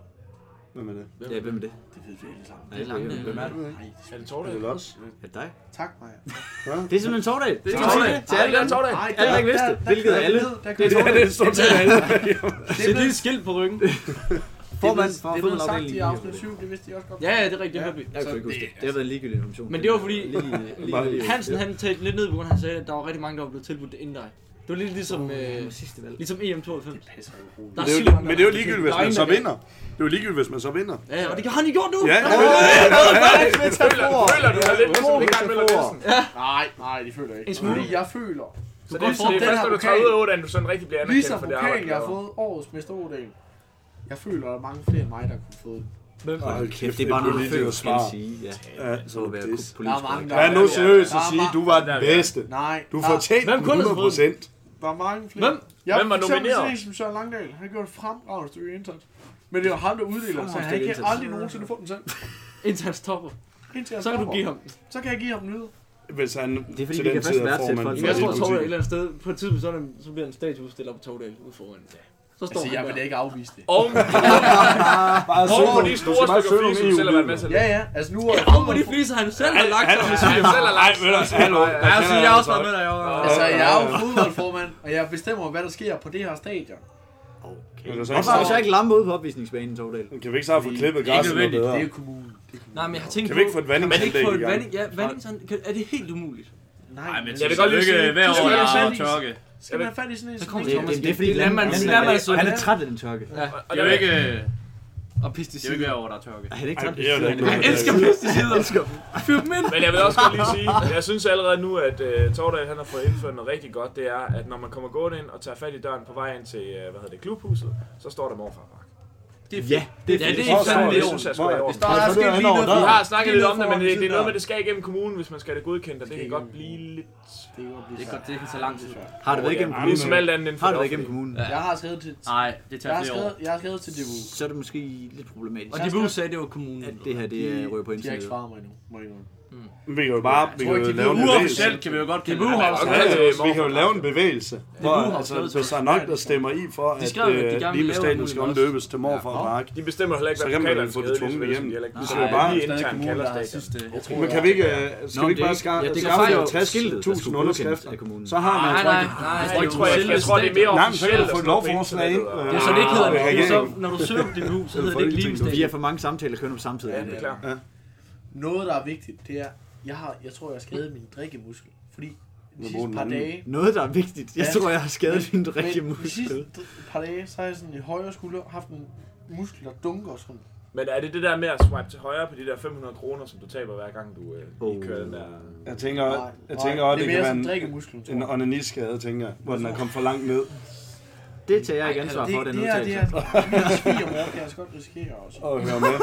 S2: Hvem er det?
S1: Ja, hvem er det?
S9: Det ved vi alle sammen.
S1: Ja,
S4: langt,
S1: hvem- Hvem er det?
S9: Nej,
S3: Er det
S2: Er det
S3: Tordal?
S2: Lots?
S1: Er det dig?
S9: tak Maja.
S1: Det er simpelthen Tordal. Det
S3: er Tordal.
S1: Til alle
S3: Nej, det er
S1: dem.
S3: Tordal.
S9: Nej,
S1: Alle, der ikke vidste, hvilket er alle.
S9: Der,
S1: Det
S9: der,
S1: er
S9: der,
S1: Tordal. Det er stort set alle.
S9: det, er blevet-
S4: skilt på ryggen.
S1: Formand for
S9: det blev sagt i afsnit
S1: fodboldafdelingen.
S9: 7, det vidste de også godt.
S4: Ja, ja, det er rigtigt. Det hørte vi.
S1: Jeg kan ikke huske det. Det har været en ligegyldig information.
S4: Men det var fordi-
S1: Lige, lige, lige,
S4: Hansen han talte lidt ned på grund af, at han sagde, at der var rigtig mange, der var blevet tilbudt det inden dig. Det var lidt ligesom, øh,
S1: sidste valg.
S4: ligesom EM92.
S9: Det passer jo overhovedet.
S4: Der
S2: Det er
S4: syv
S2: jo,
S4: andre,
S2: men det er jo
S4: der
S2: ligegyldigt,
S4: fik-
S2: hvis man
S4: der er ingen,
S2: så
S4: der-
S2: vinder. Det er jo ligegyldigt, hvis man så vinder.
S4: Ja, og det har han gjort nu.
S2: Ja,
S3: Føler du dig lidt ligesom
S2: Åh,
S3: Richard Møller Nielsen?
S9: Nej, nej, de føler ikke.
S4: En smule.
S9: Fordi jeg føler.
S3: Så
S9: Du
S3: det,
S9: kan
S3: er-
S9: få
S3: det er
S9: den
S3: først,
S9: her
S3: når du tager
S9: pokal.
S3: ud af Ådalen, du sådan rigtig bliver anerkendt
S9: Ligesom
S3: for det arbejde,
S9: pokalen,
S3: du
S9: jeg har
S3: laver.
S9: fået årets mester Odal. Jeg føler, at der er mange flere end mig, der kunne få den.
S2: Hold
S1: Kæft, det er bare noget, du føler, du skal sige. Ja,
S2: Ja,
S1: så
S2: så er
S1: må det være
S2: det.
S9: Der
S1: politisk.
S9: er mange, der
S2: Vær nu seriøst
S9: Der
S2: og
S9: er
S2: sige,
S9: ma-
S2: du var den
S3: der-
S2: bedste.
S9: Nej,
S2: Du
S9: der,
S2: fortjente
S4: Hvem
S2: den
S4: kunne
S2: 100
S4: have fået den?
S2: procent.
S9: der er mange flere.
S4: Hvem?
S9: Jeg
S3: Hvem var
S9: for eksempel
S3: nomineret?
S9: set som Søren Langdal. Han gjorde et fremragende stykke indsats. Men det var ham, der uddeler, så han
S1: Fremragende
S9: kan
S1: indsats.
S9: aldrig nogensinde få den selv.
S4: Indtil han stopper.
S9: Indtil jeg
S4: Så kan du
S9: stopper.
S4: give ham. den.
S9: Så kan jeg give Altså, ham den ud.
S2: Hvis han
S1: Det er fordi,
S2: til
S1: vi
S2: den
S1: kan
S2: tid
S1: først
S2: er
S1: værdsætte
S2: formand
S1: folk.
S2: for
S4: Jeg
S1: det
S4: tror,
S2: hele
S4: at Torvald et
S2: butikken.
S4: eller andet sted, på et tidspunkt, så, er der- så bliver en statue udstillet på Torvald ude foran. Så står
S9: Altså,
S4: han
S9: jeg
S4: der.
S9: vil da ikke afvise det.
S3: Og
S2: Bare
S3: oven på de
S2: du
S3: store
S2: skal bare
S3: stykker
S2: søge
S3: flis,
S2: nogle
S3: du selv har
S2: EU-midler.
S3: været med til.
S9: Ja, ja. Altså, nu er
S4: Ja, om på de fliser, han selv har lagt sig.
S3: Ja, jeg selv har lagt.
S2: Hallo, der
S3: Ja,
S4: Ja, jeg
S2: kender
S4: synes, jeg har
S2: altså
S4: også været med dig i år.
S9: Altså, jeg er jo fodboldformand, og jeg bestemmer, hvad der sker på det her stadion.
S2: Men det er så
S1: Hvorfor har
S2: ikke
S1: du så ikke lamme ude på opvisningsbanen, Tordal?
S2: sådan- Kan vi ikke så få klippet græsset noget
S10: nødvendigt.
S2: bedre?
S9: Det er jo kommunen. Det er kommunen.
S4: Nej, men jeg har tænkt
S2: Kan
S4: på...
S2: vi ikke få et
S4: kan man ikke
S2: vandingsanlæg
S4: få
S2: i
S4: et
S2: gang?
S4: vanding? Ja, vandingsanlæg. kan- Er det helt umuligt?
S9: Nej, men
S3: Jeg
S9: så
S3: vil godt lige
S10: Lykke
S3: sige,
S10: hver
S3: du
S10: år,
S3: skal
S10: der
S3: have
S10: er
S3: sat i-
S10: tørke.
S9: skal man have fat i sådan en...
S4: Så kommer
S9: sådan en-
S4: det-
S1: Det er fordi,
S4: Det er landmanden-
S1: landmanden-
S4: landmanden-
S1: han er træt af den tørke.
S3: og
S10: Det
S3: der
S10: er jo
S3: vil-
S10: ikke, øh,
S4: Og
S10: det er jo
S4: pesticider.
S10: ikke hver år, der er tørke.
S1: Er det ikke
S2: Ej,
S1: træt?
S2: det er jo da ikke
S4: Jeg
S2: noget.
S4: elsker pesticider. Fyr dem ind.
S3: Men jeg vil også godt lige sige, jeg synes allerede nu, at uh, Tordal han har fået indført noget rigtig godt, det er, at når man kommer gående ind og tager fat i døren på vej ind til, uh, hvad hedder det, klubhuset, så står der morfar bak.
S1: Ja, det er
S4: Ja,
S1: fedt.
S4: det
S3: Det
S4: er
S3: er fandme
S4: fandme
S3: det,
S4: i
S3: synes
S4: orden.
S3: jeg skulle være i orden.
S9: Der er sket lige noget.
S3: Vi har snakket lidt om det,
S9: foran
S3: men det, det er
S9: siden
S3: noget med,
S9: der.
S3: det skal igennem kommunen, hvis man skal have det godkendt, og det kan godt blive lidt...
S9: Det er jo at blive
S10: Det,
S9: svært.
S10: kan, det kan tage lang tid.
S1: Har du været igennem
S2: Ja,
S1: kommunen?
S3: Ligesom alt andet inden for
S1: Har du
S3: det
S1: været igennem
S3: offentlige.
S1: kommunen?
S10: Ja.
S9: Jeg har skrevet til...
S10: Nej, det
S9: Jeg
S10: tager
S9: har
S10: flere år.
S9: skrevet, jeg har skrevet til DBU.
S1: Så er det måske lidt problematisk.
S4: Og de blev sagde, at det var kommunen.
S1: at det her det er røg
S9: De
S1: på
S9: har
S1: internettet.
S9: ikke svaret mig endnu. Må jeg indrømme.
S2: Vi kan jo bare vi kan
S9: tror
S2: jo
S9: ikke, de
S2: lave en
S9: ved
S2: bevægelse.
S10: Uofficielt kan vi jo godt kalde
S4: Det er
S10: det.
S4: uofficielt.
S2: Ja,
S3: Okay,
S2: altså, vi
S3: morfar.
S2: kan jo lave en bevægelse, hvor
S4: nu, har
S2: altså,
S4: skrevet
S2: hvis der er nok, der stemmer i for, at
S4: skrev, at de
S2: øh,
S4: gerne
S2: lige
S4: vil
S2: med
S4: lave
S2: staten
S4: alt
S2: skal
S4: muligt
S2: omdøbes til morfar og mark.
S3: De bestemmer heller ikke,
S2: Så
S3: hvad
S2: kan man
S3: pokalerne
S2: jo få
S3: skal
S2: det
S3: hedde, lige
S2: tvunget
S3: så vel som
S2: igennem.
S3: de heller ikke
S2: Vi
S3: bestemmer,
S2: skal jo
S3: hvad
S2: bare-
S3: de
S10: Stadig
S3: internt
S10: kommunen,
S3: kalder
S10: der har
S3: stadion.
S10: sidste... Jeg tror,
S2: Men kan vi ikke, øh, skal vi ikke bare skaffe
S1: ja, det kan
S2: skaffe
S1: fejl jo
S2: 60.000 underskrifter? Så har man...
S4: Nej, nej, nej.
S3: Jeg tror, jeg, jeg tror, det er mere
S2: Nej, men så kan
S3: officielt.
S2: du få et
S3: at sådan
S2: lovforslag ind.
S3: noget på internettet, og-
S4: Ja, så det ikke hedder
S2: Ah,
S4: det. Så
S2: regeringen.
S4: når du søger på DBU, så hedder det ikke
S2: Folketinget.
S1: Vi
S4: Limestadion.
S1: har for mange samtaler kørende om samtidig.
S3: Ja, det er klart.
S9: Noget, der er vigtigt, det er, Jeg, har, jeg tror, jeg har skadet min drikkemuskel. Fordi de
S1: Nå,
S9: sidste par
S1: Morten,
S9: dage...
S1: noget, der er vigtigt. Jeg tror, jeg har skadet
S9: men-
S1: min drikkemuskel.
S9: Men de sidste dr- par dage, så har jeg sådan i højre skulder haft en muskel, der dunker sådan.
S3: Men er det det der med at swipe til højre på de der 500 kroner, som du taber hver gang, du øh, lige kører den der...
S2: Jeg tænker,
S3: Nej,
S2: jeg
S3: nej.
S2: tænker også,
S3: Det
S2: det,
S3: er mere
S2: det
S3: sådan
S2: kan være
S9: drikkemusklen,
S2: en, en onaniskade, tænker jeg, hvor den er kommet for langt ned.
S1: Det tager jeg ikke ansvar
S9: det,
S1: for, den
S9: det her, det er,
S1: udtalelse.
S9: det er, det er svigermor, kan jeg altså godt risikere også.
S2: Og høre med.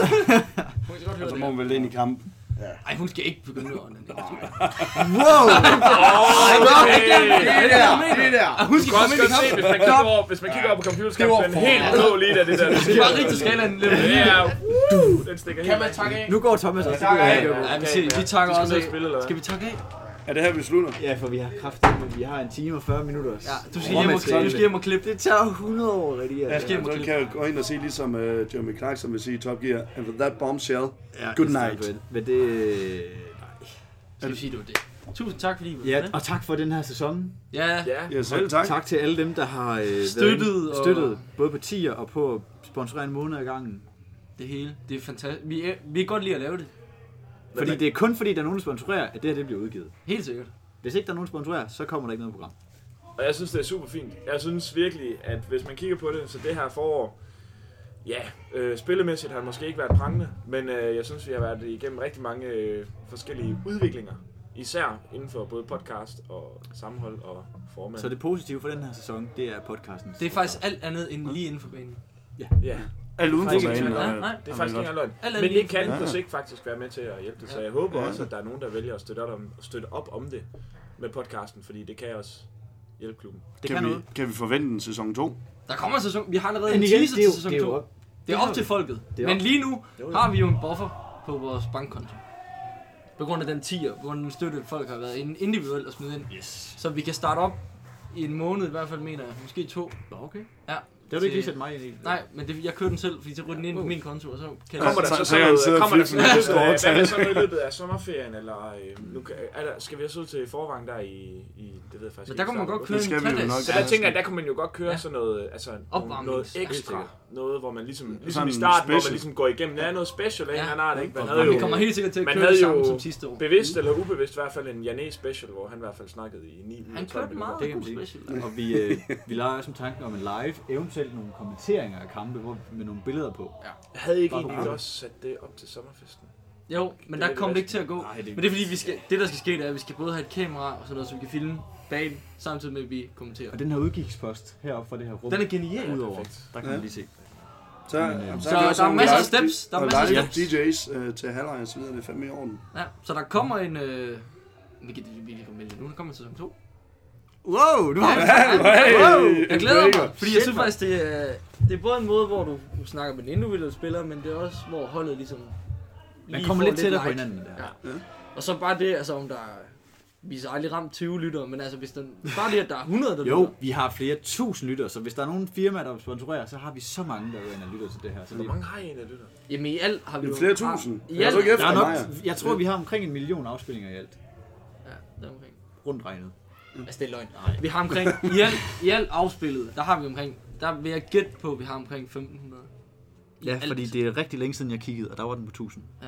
S2: og så må man vel ind i kampen.
S9: Ja.
S4: Altså, Ej, hun skal ikke begynde at ånde.
S2: Wow!
S3: det der, det der.
S4: Ah, Hun
S3: Du
S4: skal
S3: kan
S4: komme
S3: også
S4: ind i
S3: godt se, hvis man
S4: kampen.
S3: kigger over, hvis man kigger over på computerskærmen, så er den helt blå lige da det der.
S4: Det er bare rigtig skalaen lidt.
S3: Ja, uh, den stikker helt.
S9: Kan man takke af?
S1: Nu går Thomas også.
S4: takker af.
S1: Ja,
S4: Ja, vi ser- vi takker også af. Skal vi takke af?
S2: Er det her, vi slutter?
S1: Ja, for vi har kraft, vi har en time og 40 minutter.
S4: Ja, du skal hjem og klippe. Du skal hjem og klippe.
S1: Det tager 100 år, rigtig.
S2: Ja, Altså, så kan jeg gå ind og sige, ligesom uh, Jeremy Clarkson vil sige i Top Gear, and with that bombshell, good night.
S1: Men det... Nej.
S4: Skal vi sige, det var det. Tusind tak, fordi I var
S1: Ja,
S4: med.
S1: og tak for den her sæson.
S4: Ja.
S2: Ja, selv tak.
S1: Tak til alle dem, der har øh, været
S4: Støttet
S1: inde-
S4: og-
S1: støttet både på 10'er og på at sponsorere en måned ad gangen.
S4: Det hele. Det er fantastisk. Vi, er, vi kan godt lide at lave det.
S1: Fordi det er kun fordi, der er nogen, der sponsorerer, at det her det bliver udgivet.
S4: Helt sikkert.
S1: Hvis ikke der er nogen, der sponsorerer, så kommer der ikke noget program.
S3: Og jeg synes, det er super fint. Jeg synes virkelig, at hvis man kigger på det, så det her forår, ja, øh, spillemæssigt har det måske ikke været prangende, men øh, jeg synes, vi har været igennem rigtig mange øh, forskellige udviklinger. Især inden for både podcast og sammenhold og format.
S1: Så det positive for den her sæson, det er podcasten.
S4: Det er faktisk alt andet end lige inden for banen.
S1: Ja.
S3: Ja.
S1: Alt uden
S3: Det er
S1: for
S3: faktisk-
S1: banen,
S3: Nej,
S2: øh,
S1: eller-
S3: nej, det er faktisk ikke engang løgn.
S4: Alt andet
S3: Men
S4: lige
S3: det kan
S4: for-
S3: på sigt faktisk være med til at hjælpe det, så jeg håber
S4: Ja.
S3: også, at der er nogen, der vælger at støtte op om, støtte op om det med podcasten, fordi det kan også hjælpe klubben.
S2: Kan vi, kan vi forvente en sæson 2?
S4: Der kommer sæson. Vi har allerede en
S1: Men igen,
S4: teaser
S1: det er
S4: til
S1: jo-
S4: sæson
S1: det er jo
S4: 2.
S1: op-
S4: Det er
S1: det
S4: op
S1: har
S4: til
S1: vi.
S4: folket.
S1: Det er
S4: Men
S1: op.
S4: lige nu
S1: Jo, jo.
S4: har vi jo en buffer på vores bankkonto. På grund af den 10'er, på grund af den støtte, folk har været inde individuelt og smide ind.
S1: Yes.
S4: Så vi kan starte op i en måned i hvert fald, mener jeg. Måske to.
S1: Okay.
S4: Ja.
S1: Det har du ikke lige sat mig ind i.
S4: Nej, men det, jeg kører den selv, fordi så ryger den ind på min konto, og så kan
S3: Kommer der
S4: jeg...
S3: så,
S2: så kan han sidde
S3: noget,
S2: og
S3: kommer der
S2: fifle
S3: så
S2: med
S3: noget,
S2: store
S3: øh, hvad
S2: tal.
S3: med så noget i løbet af sommerferien, eller øh, nu, kan- er der, skal vi også ud til forvang der i, i det ved jeg faktisk
S4: Men der kunne man godt køre
S2: Det skal
S4: en
S2: vi jo
S4: tandas.
S2: nok.
S3: så der tænker jeg, der kunne man jo godt køre
S4: Ja.
S3: ja. sådan noget, altså
S4: Opvarmnings-
S3: noget
S4: Helt
S3: ekstra,
S4: sikkert.
S3: noget hvor man ligesom, ligesom
S2: Sådan
S3: i starten, hvor man
S2: special.
S3: ligesom går igennem, der er noget special af ja. en eller anden art, ikke? Man
S4: Og
S3: havde
S4: vi
S3: jo,
S4: kommer helt sikkert til at
S3: man
S4: køre
S3: havde
S4: det samme
S3: jo
S4: som sidste år.
S3: bevidst eller ubevidst i hvert fald en Jané special, hvor han i hvert fald snakkede i 9
S4: Han kørte meget
S1: Det
S4: god
S1: kan man
S4: special.
S1: sige. Og vi, øh, vi leger også med tanken om en live, eventuelt nogle kommenteringer af kampe hvor, med nogle billeder på.
S3: Jeg havde ikke
S1: Bare
S3: egentlig
S1: program.
S3: også sat det op til sommerfesten.
S4: Jo, men
S3: Det
S4: der
S3: er
S4: kom
S3: det
S4: det ikke til at gå.
S1: Nej, det-
S4: Men det er fordi, vi skal, det der skal ske, det er, at vi skal både have et kamera og sådan noget, så vi kan filme banen, samtidig med, at vi kommenterer.
S1: Og den her udgigspost heroppe fra det her rum.
S4: Den er genial.
S1: Udover,
S3: Perfekt.
S1: der kan
S2: Ja.
S1: man lige se.
S2: Så,
S1: Men, øh,
S2: jamen,
S4: så
S2: er vi
S4: der
S2: også
S4: er
S2: nogle
S4: masser af
S2: live-
S4: steps, der er
S2: og
S4: masser af
S2: live DJ's øh, til halvleg og så videre, det er fandme i orden.
S4: Ja, så der kommer en... Øh, vi kan vi kan komme med det nu, der kommer sæson 2.
S1: Wow, du har
S2: Hey,
S4: Jeg glæder
S2: breaker.
S4: mig, fordi jeg synes faktisk, det er, det er både en måde, hvor du snakker med den individuelle spiller, men det er også, hvor holdet ligesom...
S1: Man
S4: lige
S1: kommer
S4: får
S1: lidt tættere på
S4: like.
S1: hinanden. Der.
S4: Ja. Og så bare det, altså om der... er- Vi har aldrig ramt 20 lyttere, men altså hvis den... Bare det, at der er 100, der
S1: Jo,
S4: lytter.
S1: vi har flere tusind lytter, så hvis der er nogen firmaer, der sponsorerer, så har vi så mange, der går ind og lytter til det her. Så
S3: Hvor
S1: det,
S3: mange har I egentlig lytter?
S4: Jamen i alt har vi
S2: Det er
S4: jo-
S2: flere tusind.
S4: I
S2: Jeg
S4: alt,
S2: tror ikke
S4: ja,
S2: efter
S1: der er
S2: mig.
S1: nok, jeg tror, vi har omkring en million afspillinger i alt.
S4: det er omkring.
S1: Rundt regnet.
S4: Altså, det er løgn. Vi har omkring, i alt, i alt afspillet, der har vi omkring, der vil jeg gætte på, at vi har omkring 1500. I
S1: Ja,
S4: alt.
S1: fordi det er rigtig længe siden, jeg kiggede, og der var den på 1000.
S4: Ja.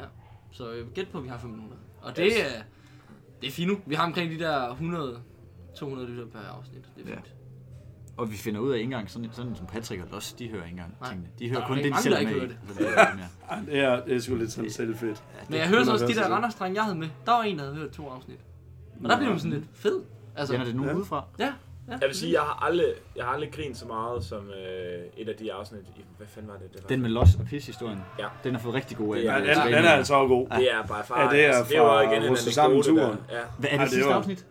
S4: Så jeg vil gætte på, at vi har 1500. Og det er, det er fint nu. Vi har omkring de der 100, 200 lytter per afsnit. Det er
S1: Ja.
S4: fint.
S1: Og vi finder ud af ikke engang, sådan, sådan som Patrick og Los, de hører ikke engang
S4: Nej.
S1: tingene. De
S4: Der
S1: hører
S4: er
S1: kun det,
S4: rigtig
S1: de
S4: mange,
S1: selv
S4: der
S1: er
S4: ikke
S1: med i.
S4: hører
S1: Så det er lidt mere.
S2: Ej, Det er, det er sgu lidt sådan selv fedt.
S4: Men jeg hører så også de
S2: det
S4: der
S2: er-
S4: randers jeg havde med. Der var en, der havde hørt to afsnit. Og der blev man sådan lidt fed. Altså,
S1: Kender det nogen
S2: Ja.
S1: udefra?
S4: ja, ja.
S3: Jeg vil sige, jeg har aldrig, jeg har aldrig grint så meget som øh, et af de afsnit. I, hvad fanden var det? det var?
S1: Den med Los og Pis-historien,
S3: Ja.
S1: den har fået rigtig gode af.
S3: Det er-
S2: Ja, den, den er altså også god.
S3: Det er bare far.
S2: Ja, det er fra
S3: jo
S2: Russer Sammen
S3: anekdote der.
S2: Turen.
S3: Ja.
S1: Hvad
S2: Ej,
S1: er det
S2: det
S1: sidste
S2: var-
S1: afsnit?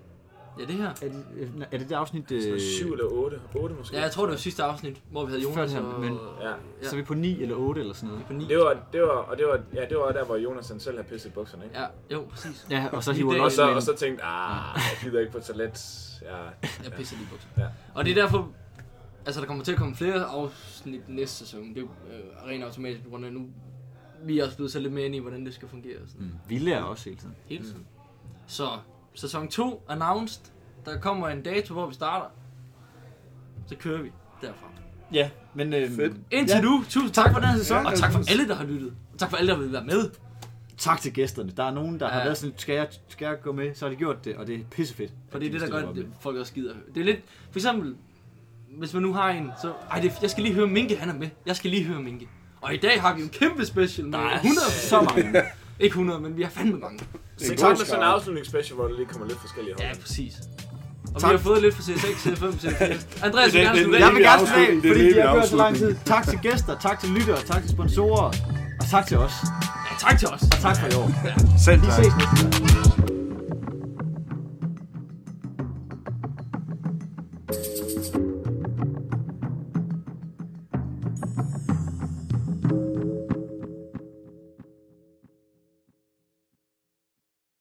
S4: Ja, det her.
S1: Er det, er det det afsnit? Øh,
S3: Øh, 7 eller 8. 8 måske.
S4: Ja, jeg tror, det var sidste afsnit, hvor vi havde Jonas
S1: Førhen,
S4: og...
S1: men-
S3: Ja.
S1: Så er vi på 9 eller 8 eller sådan noget.
S4: på ni.
S3: Det var, det var, og det var, ja, det var der, hvor Jonas han selv havde pisset i bukserne, ikke?
S4: Ja, jo, præcis.
S1: Ja, og så
S4: Lige
S1: hiver
S4: det.
S1: Los
S3: Og så,
S1: ind.
S3: og så tænkte, ah, jeg gider ikke på toilet. Ja,
S4: Jeg pisser lige i bukser.
S3: Ja.
S4: Og det er derfor, altså der kommer til at komme flere afsnit næste sæson. Det er øh, rent automatisk på grund af nu, vi er også blevet så lidt mere ind i, hvordan det skal fungere. og Sådan.
S1: Mm, Vilde er også hele tiden.
S4: Hele tiden. Så sæson 2 announced. Der kommer en dato, hvor vi starter. Så kører vi derfra.
S1: Ja, men... Øh,
S2: Fedt.
S4: Indtil ja. nu, tusind tak for den her sæson,
S2: Ja,
S4: og tak for alle, der har lyttet. Og tak for alle, der vil være med.
S1: tak til gæsterne. Der er nogen, der ja. har
S4: Ja.
S1: været sådan, skal jeg, skal jeg gå med? Så har de gjort det, og det er pissefedt.
S4: For det er det,
S1: at de
S4: der
S1: stiller
S4: gør,
S1: op
S4: at
S1: med.
S4: folk også gider. Det er lidt, for eksempel, hvis man nu har en, så, ej, det, jeg skal lige høre Minke, han er med. Jeg skal lige høre Minke. Og i dag har vi en kæmpe special med
S1: Der er
S4: 100,
S1: så mange.
S4: Ikke 100, men vi har fandme mange.
S3: Så tak med sådan en afslutningsspecial, hvor der lige kommer lidt forskellige hold.
S4: Ja, præcis. Og
S3: Tak.
S4: vi har fået lidt fra CS6, CS5, CS4. Andreas,
S3: Det er- det er-
S1: Jeg vil
S3: evige
S1: gerne tilbage,
S3: afslutning. Det er
S1: fordi
S3: den
S1: de har
S3: evige
S1: kørt så lang tid.
S3: afslutning.
S1: Tak til gæster, tak til lyttere, tak til sponsorer, og tak til os.
S4: Ja, tak til os.
S1: Og tak for i år.
S2: Selv
S1: Vi
S2: tak.
S1: ses næste gang.